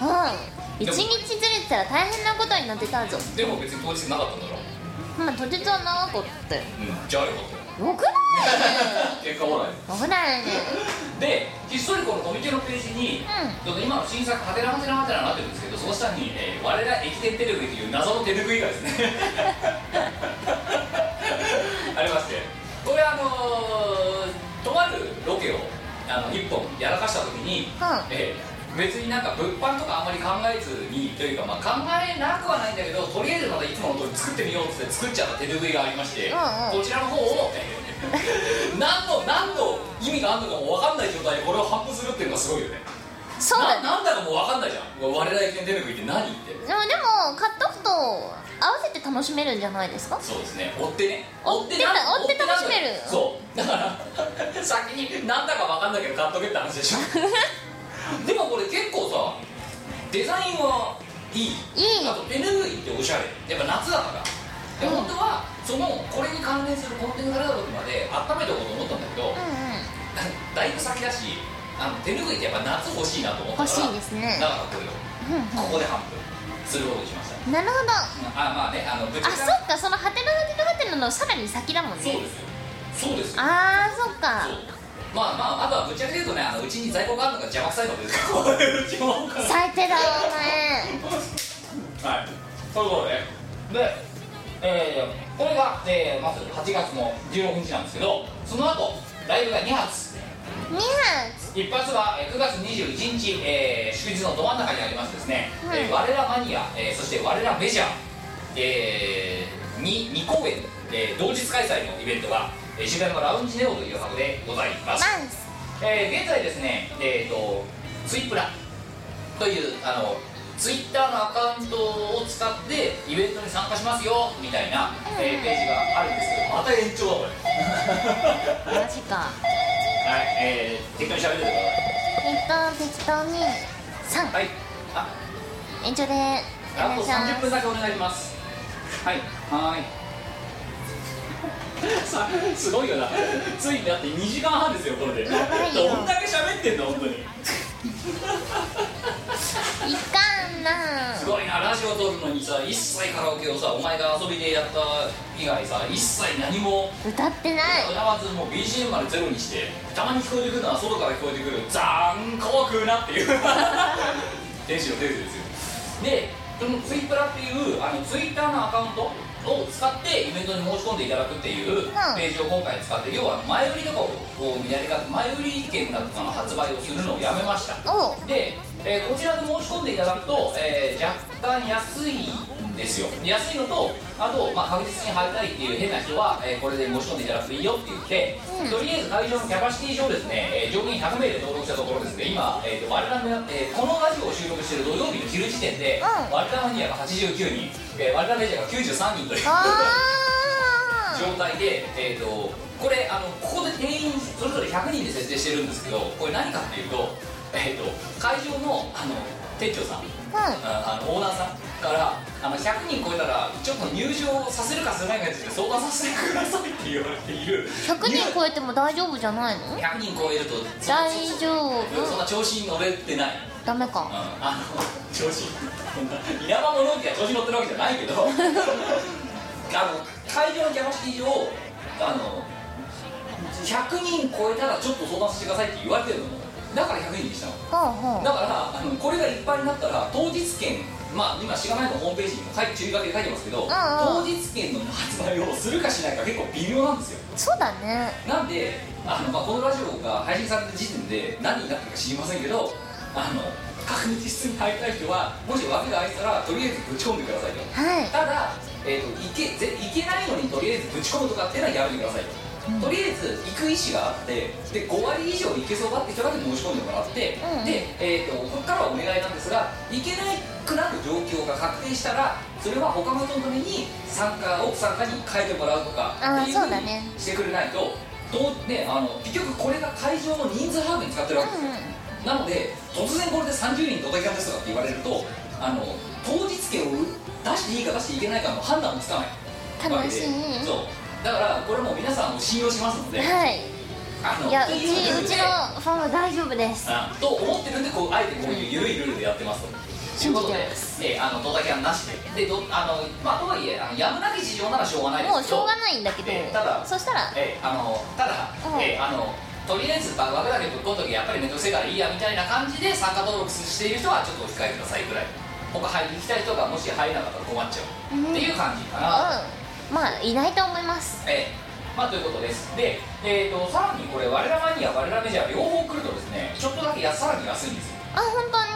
はい
うん一日ずれてたら大変なことになってたぞ
でも別に当日なかったんだろう
まあ途日は長かったよ
んじゃあよかったよ
よくない
結果もらえ
よくないね
でひっそりこのコミケのページに、ちょっと今の新作「ハテナハテナハテナ」になってるんですけどその下に、えー「我ら駅伝手ぬぐい」という謎の手ぬぐいがですねありましてこれあのーとあるロケをあの1本やらかした時に、
ん
えー別になんか物販とかあんまり考えずにというか、まあ、考えなくはないんだけどとりあえずまたいつもの通り作ってみようっつって作っちゃった手ぬぐいがありまして、
うん
こ
うん
ちらの方をえー何の何の意味があるのかも分かんない状態でこれを発布するっていうのがすごいよね
そうだね
ななんだかもう分かんないじゃん我々駅伝手ぬぐいって何って
でもでも買っとくと合わせて楽しめるんじゃないですか
そうですね追ってね
追ってた
なん
追って楽しめる
追ってなんだそうだから 先に何だか分かんないけど買っとけって話で しょでもこれ結構さデザインはいい
いい
あと手ぬぐいっておしゃれやっぱ夏だからで本当はそのこれに関連するコンテンツが出た時まで温めておこうと思ったんだけど、
うんうん
だいぶ先だしあの手ぬぐいってやっぱ夏欲しいなと思ったから
欲しいですね
だからこれをここで半分することにしました
なるほど
あまあねあのぶっちゃ
あ
け
そっかそのハテナハテナハテナのさらに先だもん
そうで
ね
すよそうですよ
あーそっ
そ
か
うまあまああとはぶっちゃけ言うとねあのうちに在庫があるのが邪魔くさいのでこういううちもから
最低だわお
は
前
いそういうことでで、えー、これが、えー、まず8月の16日なんですけどその後ライブが2発
2発
一発はえー9月21日、えー祝日のど真ん中にありますですね、
はい
えー我らマニア、えーそして我らメジャー、えー、に2公演、えー同日開催のイベントが、えー渋谷のラウンジネオという箱でございます、
マンス
えー現在ですね、えー、とツイプラというあのツイッターのアカウントを使ってイベントに参加しますよみたいな、えーページがあるんですけどまた延長だこれは
マジか
いえー、適当に喋っててくだ
適当適当に3
さいはいあ
延長でお
あ
願
と
いしま
30分
す
だけお願いしますはいはーい さすごいよなついにだって2時間半ですよこれでど
やばいよ
んだけ喋ってんの本当に
いかんな
すごいなラジオ撮るのにさ一切カラオケをさお前が遊びでやった以外さ一切何も
歌ってない
歌わずもう BGM までゼロにしてたまに聞こえてくるのは外から聞こえてくる残酷なっていう天使の手術ですよでそのツイプラっていうあのツイッターのアカウントを使ってイベントに申し込んでいただくっていうページを今回使って要は前売りとかをこうやり方前売り券なんかの発売をするのをやめました
おう
で、えーこちらで申し込んでいただくと、えー若干安いんですよ安いのとあと、まあ、確実に入りたいっていう変な人は、えーこれで申し込んでいただくといいよって言って、とりあえず会場のキャパシティ上ですね、えー上限100名で登録したところですね今、えーと我々の、えーこのラジオを収録している土曜日の昼時点で、
うん
我々マニアが89人、えー、我々メジャーが93人という
あ
状態で、えー、とこれあのここで定員それぞれ100人で設定してるんですけどこれ何かっていうと,、えー、と会場のあの店長さん、ああのオーナーさんからあの100人超えたらちょっと入場させるかさせないかについて相談させてくださいって言われている
ー100人超えても大丈夫じゃないの
100人超えるとそ
大丈夫
そんな調子に乗れてない
ダメか
あの調子そんな稲葉物置が調子乗ってるわけじゃないけど あの会場のキャパシティ上あの100人超えたらちょっと相談してくださいって言われてるのだから100人にしたの
ほうほう
だからあのこれがいっぱいになったら当日券まあ今しがないのホームページにも書い注意書きで書いてますけど、当日券の発売をするかしないか結構微妙なんですよ
そうだね
なんであの、まあ、このラジオが配信された時点で何になってるか知りませんけどあの確実に入りたい人はもし枠が空いてたらとりあえずぶち込んでくださいと
はい
ただ、えー、といけぜいけないのにとりあえずぶち込むとかっていうのはやめてくださいととりあえず行く意思があってで5割以上行けそうだって人だけ申し込んでもらって、
うん
で、えー、とここからはお願いなんですが行けなくなる状況が確定したらそれは他の人のために参加を参加に変えてもらうとか
あー
っていうふ
そうだ
う
ね
にしてくれないとどう、ね、あの結局これが会場の人数把握に使ってるわけですよ、なので突然これで30人ドタキャンですとかって言われるとあの当日券を出していいか出していけないかの判断もつかない
楽しい
そうだからこれもう皆さんを信用しますので
はい
あの
いやう
と
ち
いうルールで
うちのファンは大丈夫です
あと思ってるんでこうあえてこういう緩いルールでやってますということで、えーあのドタキャンなしででどあのまあとはいえあのやむなき事情ならしょうがないです
も
けど
うしょうがないんだけど
ええただ
そしたら
えーあのただ、
うん
えーあのとりあえず爆爆だけぶっこんどきやっぱり面倒くせえからいいやみたいな感じで参加登録している人はちょっとお控えくださいぐらい他入りに来たい人がもし入れなかったら困っちゃう、っていう感じかな、
うんまあいないと思います
ええまあということですで、えー、とさらにこれ我らマニア我らメジャー両方来るとですねちょっとだけやさらに安いんですよ、
あ本当に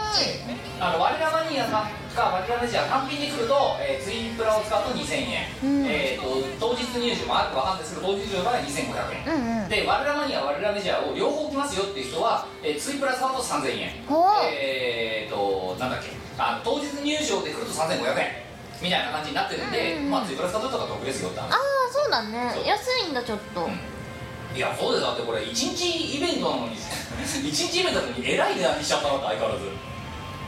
ね、あの我らマニアさんか我らメジャー単品で来ると、えーツインプラを使うと2000円、えー、と当日入場もあるかわかんないですけど当日入場は2500円、
うんうん
で我らマニア我らメジャーを両方来ますよっていう人は、えーツインプラ使うと3000円
ほう
えー、となんだっけあの当日入場で来ると3500円みたいな感じになってるんで、まあツインプラ使うとか得ですよって話
ああそうだね
そう
安いんだちょっと
いやそうですだってこれ1日イベントなのに 一日イベントなのにえらい値段にしちゃったなって相変わらず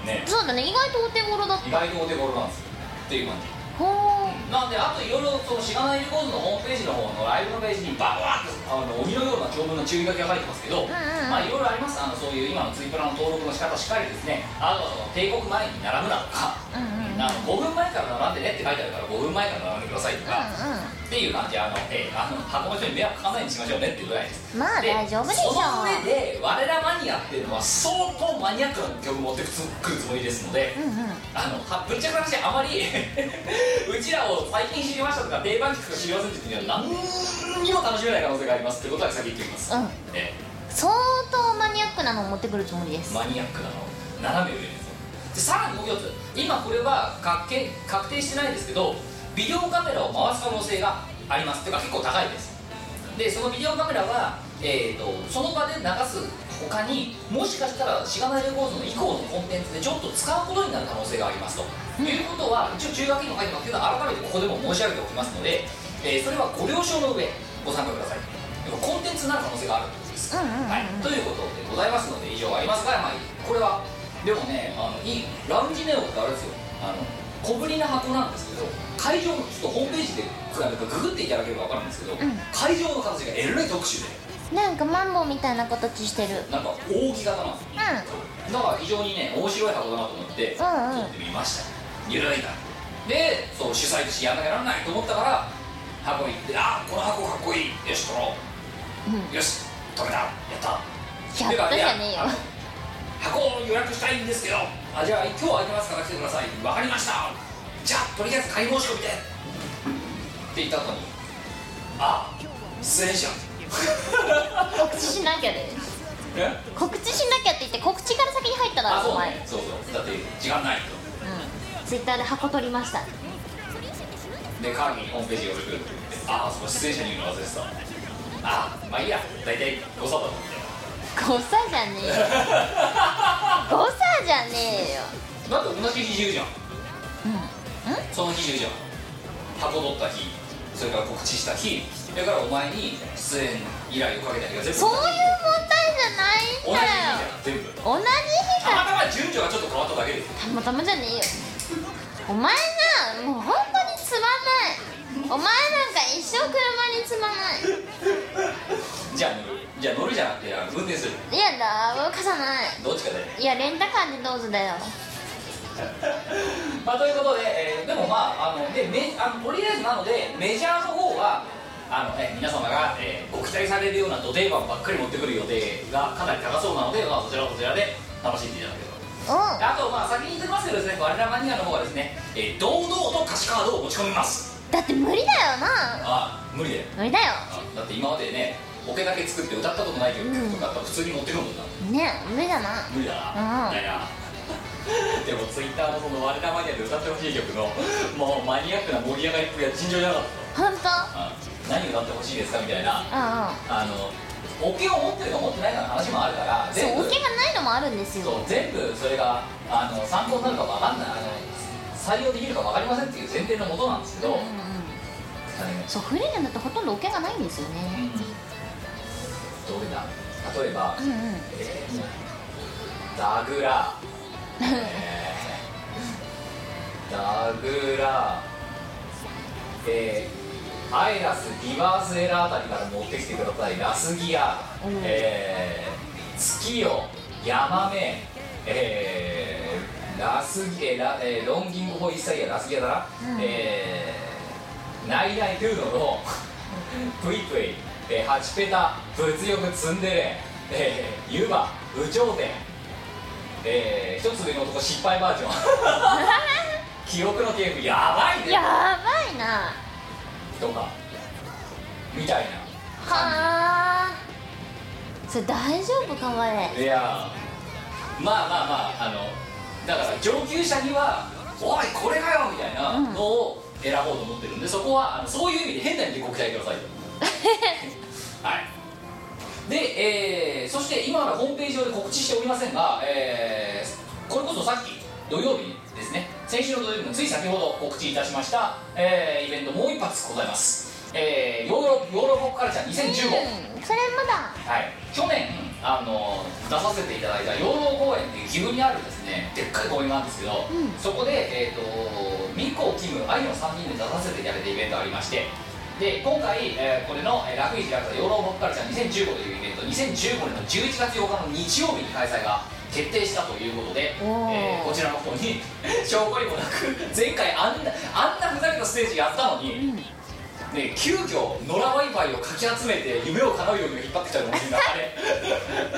ね
そうだね意外とお手頃だった
意外とお手頃なんですよっていう感じ
ほう
なんであといろいろそのしがないレコーズのホームページの方のライブのページにババーッとあの鬼のような長文の注意書きが入ってますけど、まあいろいろありますあのそういう今のツイプラの登録の仕方しっかりですねあとはその帝国前に並ぶなとか、あの5分前から並んでねって書いてあるから5分前から並んでくださいとか、っていう感じであの、ええあの箱の人に迷惑かかんないようにしましょうねっていうぐらいです
まあ
で
大丈夫でしょう
その上で我らマニアっていうのは相当マニアックな曲持ってくつくるつもりですので、あのはぶっちゃけな話あまり うちらを最近知りましたとか定番曲が知りませんっていうには何にも楽しめない可能性がありますってことは先言っておきます、
うん
え
相当マニアックなのを持ってくるつもりで
え
す
マニアックなの斜め上ですでさらにもう一つ今これは確定確定してないですけどビデオカメラを回す可能性がありますっていうか結構高いですでそのビデオカメラは、えー、とその場で流す他にもしかしたらしがないレコードの以降のコンテンツでちょっと使うことになる可能性がありますと、いうことは一応注意書きにも書いてますけど改めてここでも申し上げておきますので、えーそれはご了承の上ご参加くださいコンテンツになる可能性があるということです、はい、ということでございますので以上ありますが、まあ、これはでもねあのいいラウンジネオってあれですよあの小ぶりな箱なんですけど会場のちょっとホームページで比べてググっていただければ分かるんですけど、会場の形がえらい特殊で
なんかマンボウみたいな形してる
なんか扇形なんですよ
うんあ
だから非常にね面白い箱だなと思って
う
撮
んうん
ってみましたゆるいなでそう主催としてやんなきゃならないと思ったから箱行ってあこの箱かっこいいよし撮ろう、よし撮れたやった
やったじゃね
では
えよ
いやあの箱を予約したいんですけどあじゃあ今日空いてますから来てくださいわかりましたじゃあとりあえず買い申し込みでって言った後にあ出演者
告知しなきゃで
え
告知しなきゃって言って告知から先に入っただ
あそ
ろお
う
前
ねそうそうだって時間ないと
ツイッターで箱取りました
でカーギーにホームページを作るああその出演者に言うの忘れてたああまあいいや大体誤差だと思って
誤差じゃねえよ誤差じゃねえよ
だって同じ日中じゃんうんその日中じゃん箱取った日それから告知した日だからお前に出演依頼をかけた日が全部
そういう問題
同
じゃ
じ日
ないんだよ
じゃん全部
同じ日
た
か
またま順序がちょっと変わっただけですよ
たまたまじゃねえよお前なもう本当につまんないお前なんか一生車につまない
じゃあ乗るじゃあ乗るじゃなくてあの運転する
いやだ動かさない
どっちかだよね
いやレンタカーでどうぞだよ
まあ、ということで、えーでもまああのでめあのとりあえずなのでメジャーの方はあの、ね、皆様が、えーご期待されるようなド定番ばっかり持ってくる予定がかなり高そうなので、まあ、そちらはこちらで楽しんでいただければ
おう
あとまあ先に言っておきますけどですね我らマニアの方はですね、えー堂々と歌詞カードを持ち込みます
だって無理だよな
ああ無理だよ
無理だよ
あだって今までねオケだけ作って歌ったことない曲とかあったら普通に持ってくるもんな
ね無理だな
無理だな
うん
みたいなでもツイッターのその「我らマニア」で歌ってほしい曲のもうマニアックな盛り上がりっぷりは尋常じゃなかっ
本当あ
た、うん何歌ってほしいですかみたいな
あ
あのオケを持ってるか持ってないかの話もあるから
そう
全部
オケがないのもあるんですよ
そう全部それがあの参考になるかわかんないあの採用できるかわかりませんっていう前提のもとなんですけど、
うんうんうんそうフリーレンだってほとんどオケがないんですよね
どれだ例えば、
うんうん
えーダグ ラ、えーダグラ、えーアイラスリバースエラーあたりから持ってきてくださいラスギア、えー月夜ヤマメ、えーラスギえーラ、えーロンギングホイッサイヤラスギアだな、えーナイナイトゥーノの プイプイ、えーハチペタ、物欲ツンデレ、えー、ユバ、有馬、有頂天、えー、一つ上の男失敗バージ ョン、記憶のゲーム、やばいね
やばいな
とか、みたいな
はあそれ大丈夫か我
感じ。いやー、まあまあまあ、あの、だから上級者には、おい、これかよみたいなのを選ぼうと思ってるんで、そこはあのそういう意味で変な意味でご期待くださいと。はいで、えーそして今まだホームページ上で告知しておりませんが、えーこれこそさっき土曜日ですね先週の土曜日のつい先ほど告知いたしました、えーイベントもう一発ございます、えーヨーロヨーロッパカルチャー2015、
うんそれまだ
はい、去年あの出させていただいた養老公園っていう岐阜にあるですねでっかい公園があるんですけど、そこで、えー、とミコキム愛の3人で出させていただいたイベントがありましてで今回、えーこれの「えー楽市楽座養老ボッカルチャー2015」というイベント2015年の11月8日の日曜日に開催が決定したということで、えー
おー
こちらの方に 証拠にもなく前回あんなあんなふざけたステージやったのに、ね急遽野良ワイファイをかき集めて夢を叶うように引っ張ってきたのもみんなあれ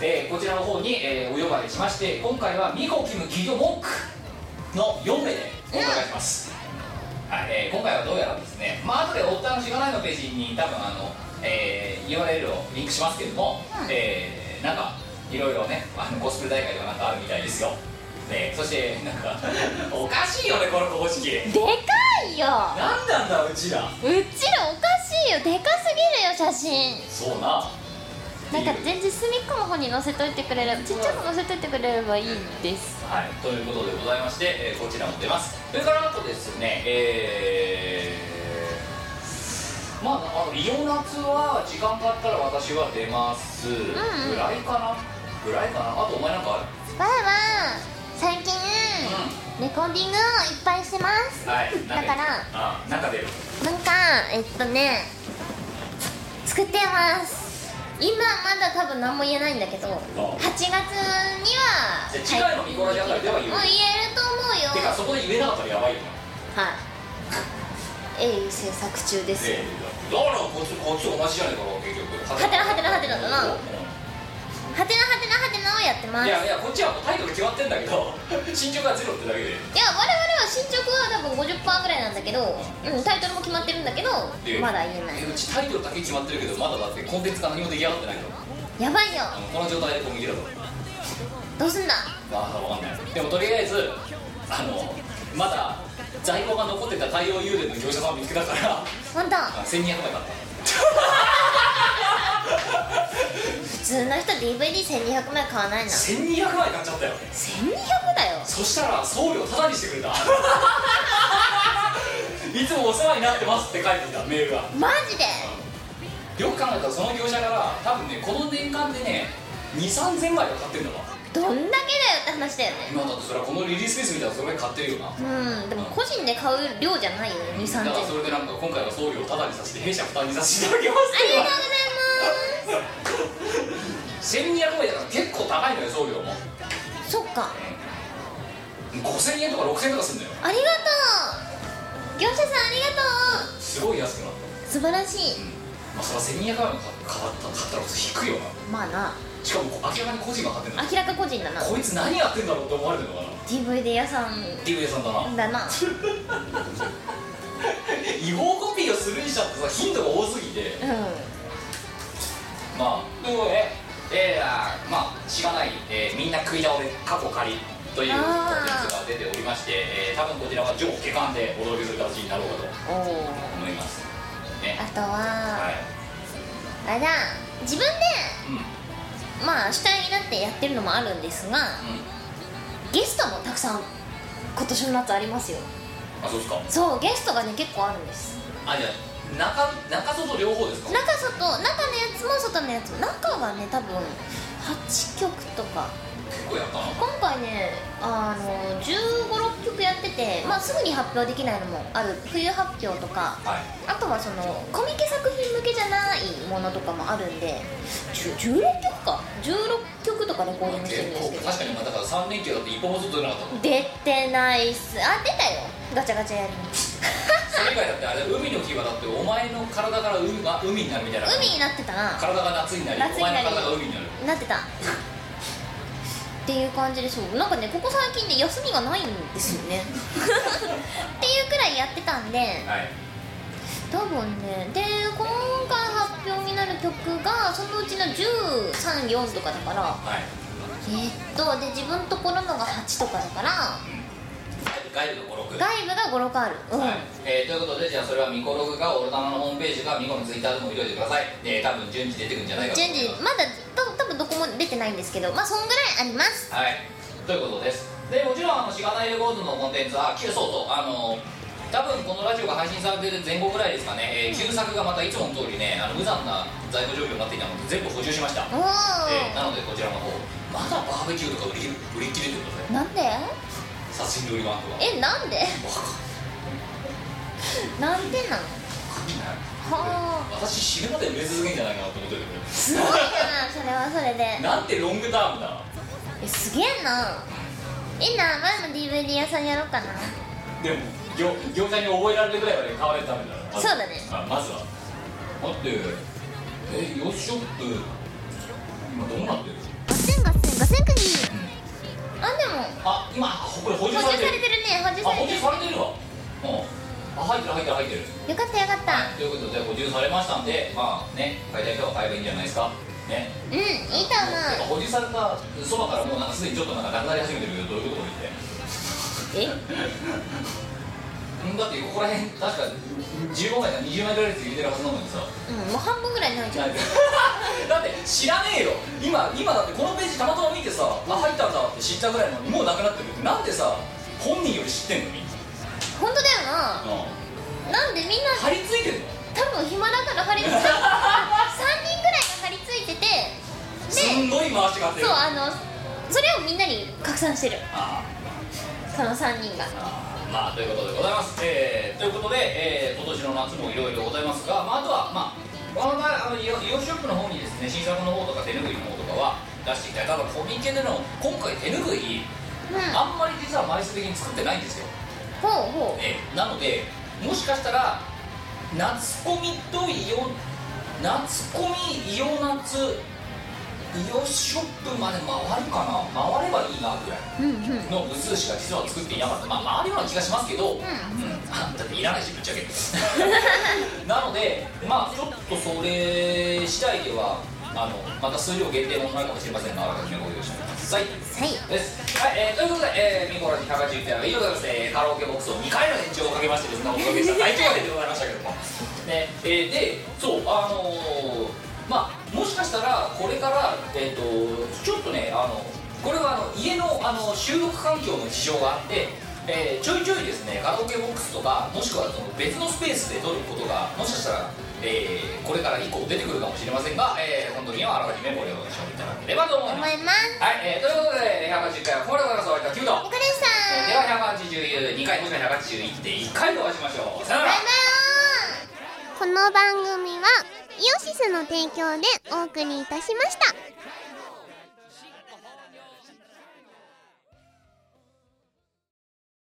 でこちらの方に、えーお呼ばれしまして今回はミコキム企業モックの4名でお伺いします、はいえー今回はどうやらですねまあ後でおったのしがないのページに多分あの、えー URL をリンクしますけども、えーなんかいろいろねあのコスプレ大会がなんかあるみたいですよでそしてなんかおかしいよねこの公式
でかいよ
何なんだうちら
うちらおかしいよでかすぎるよ写真
そうな
なんか
っていう
全然隅っこの方に載せといてくれればちっちゃく載せといてくれればいいです
はい、ということでございまして、えーこちらも出ますそれからあとですねえーまああのイオナツは時間があったら私は出ますぐらいかなぐらいかなあとお前なんかある
わーわー最近レコーディングをいっぱいしてます
はい
だから
あなんか出る
なんかえっとね作ってます今まだ多分何も言えないんだけど8月には
じゃあ次回のミコラジあたりでは言う
もう言えると
て
思う
か
よ
そこで言えなかったらやばいよね
はい鋭意制作中ですよ
ええだからこっちこっち同じじゃねえかな結局
はてなはてなはてなだな
うん
はてなはてなはてなをやってます
い
いや
やいやこっちはもうタイトル決まってんだけど 進捗がゼロってだけで
我々は進捗は多分50%ぐらいなんだけど、うん、タイトルも決まってるんだけど
で
まだ言えな
え
い
うちタイトルだけ決まってるけどまだだってコンテンツが何も出来上がってないから
やばいよ
あのこの状態でこう見てると
どうすんだ
まあわかんないでもとりあえずあのまだ在庫が残ってた太陽幽霊の業者さんを見つけたから
本当
あ1200枚買った
普通の人 DVD1200 枚買わないな1200
1200枚買っちゃったよ
だよ
そしたら送料タダにしてくれたいつもお世話になってますって書いてきたメールが
マジで
よく考えたらその業者から多分ねこの年間でね23000枚は買ってるんだわ
どんだけだよって話だよね
今だってそれはこのリリースペースみたいなそれぐらい買ってるよな
うんでも個人で買う量じゃないよね2 3 0
だからそれでなんか今回は送料をタダにさせて弊社負担にさせていただきます
ありがとうござい
1200円
ま
だから結構高いのよ送料も
すそっか
5000円とか6000円とかするんだよ
ありがとう業者さんありがと
すごい安くなった、
う素晴らしい
まあ、そりゃ1200円も買買った買ったら低いよな
まあな
しかも明らかに個人が買ってんだ
明らか個人だな
こいつ何やってんだろうって思われてるのかな
DVD 屋さ
DV さんだなん
だな
違法コピーをするにしちゃってさ頻度が多すぎて
う
まあでもねえー、あーまあしがない、えーみんな食い倒れ過去仮というコンテン
あー
ツが出ておりまして、えー多分こちらは上下巻でお届けする形になろうかと
おお
思いますね
あとは
はい、
あれだ自分
うんうん、
でまあ主体になってやってるのもあるんですがゲストもたくさん今年の夏ありますよ
あそうですか
そうゲストがね結構あるんです
あじゃあ中中外両方ですか
中外中のやつも外のやつも中がね多分8曲とか
結構やったな
今回ねあの1 5 6曲やってて、まあ、すぐに発表できないのもある冬発表とか
はい
あとはそのコミケ作品向けじゃないものとかもあるんで10 16曲か16曲とかレコーディングしてるんですけ
結構確かにまあだから3連休だって一本もずっと出なかったもん
ど出てないっすあ出たよガチャガチャやりに
それ以外だってあれ海の日はだってお前の体から海が海になるみたいな
海になってたな
体が夏になり
夏になり
お前の体が海になる
なってたっていう感じでそうなんかねここ最近ね休みがないんですよ ねっていうくらいやってたんで
はい
多分ねで今回発表になる曲がそのうちの134とかだから
はい
えーっとで自分ところのが8とかだから
ガイルの五六
外部が56あるうん、
はいえーということでじゃあそれはミコログかオルタナのホームページかミコのツイッターでも見といてくださいえー多分順次出てくるんじゃないかと思い
順
ます
次まだと多分どこも出てないんですけどまあそんぐらいあります
はい、ということです。で、もちろん、あの、しがないレコードのコンテンツは、旧そうと、あの。多分このラジオが配信されてる前後ぐらいですかね、えー旧作がまたいつもの通りね、あの無残な在庫状況になっていたので、全部補充しました。
お
えー
お
なので、こちらの方、まだバーベキューとか売り切れ売り切れてるので、
なんで
殺人料理マークは。
えなんで なんでなのはあ
私死ぬまで売れ続けんじゃないかなと思ってる
す
け
ご
ど
いなそれはそれで
なんてロングタームだ
えすげえないいな前も DVD 屋さんやろうかな
でも業業者に覚えられるぐらいまで買われるためだまず
そうだね
あまずはだってえヨショップ今どうなってる
ガセンガセンガセンクニ
あでも
あ今これ補
補
充さ
充
れて
され
る
てるね補充
あ
され
補充
てる
されてるわうんあ入ってる入ってる入ってる
よかったよかっ
は
た
いということで補充されましたんでまあね買いたい人は買えばいいんじゃないですかね
うんいいと
なんか
思
補
う
充されたそばからもうなんかすでにちょっとなんかなくなり始めてるけどどういうことって
え
うんだってここら辺確か15枚か20枚ぐらいずつ入れてるはずなのにさ
うんもう半分ぐらいないじゃん
だって知らねえよ今今だってこのページたまたま見てさあ入ったんだって知ったぐらいなのにもうなくなってるってなんでさ本人より知ってんのみんな、
本当だよななんでみんな
張り付いてんの
多分暇だから張り付 いて3人ぐらい
すんごい
が張り付いてて
回しがってる
そうあのそれをみんなに拡散してる
あ
その3人が
あまあということでございます、えーということで、えー今年の夏もいろいろございますが、まあ、あとはまあこの前あのイオイオシショップの方にですね新作の方とか手ぬぐいの方とかは出していきたいただコミケでの今回手ぬぐい
うん
あんまり実は枚数的に作ってないんですよ
ほうほ
えーなのでもしかしたら夏コミとイオ夏コミイオ夏イオシショップまで回るかな回ればいいなぐらいう
うんうん
の部数しか実は作っていなかったまあ回るような気がしますけど、うん あだっていらないしぶっちゃけ なのでまあちょっとそれ次第ではあのまた数量限定もないかもしれませんがあらかじめご用意してくださいですはい、えー、ということで、えー、ミコラジ高知ゆきは以上でございます、えーカラオケボックスを2回の延長をかけましてですねお届けした大長編でございましたけどもねえーでそうあのーまあもしかしたらこれからえっ、とちょっとねあのこれはあの家のあの収録環境の事情があって、えーちょいちょいですねカラオケボックスとかもしくはその別のスペースで撮ることがもしかしたら、えーこれから以降出てくるかもしれませんが、えー、本当にはあらかじめご了承いただければと思います
思います
はい、えー、ということで180回はこれからそういった9度
ゆかり
えーでは
さん
182回もしくは181で1回でお会いしましょうさよな
バイ
ら
バイ
この番組はイオシスの提供でお送りいたしました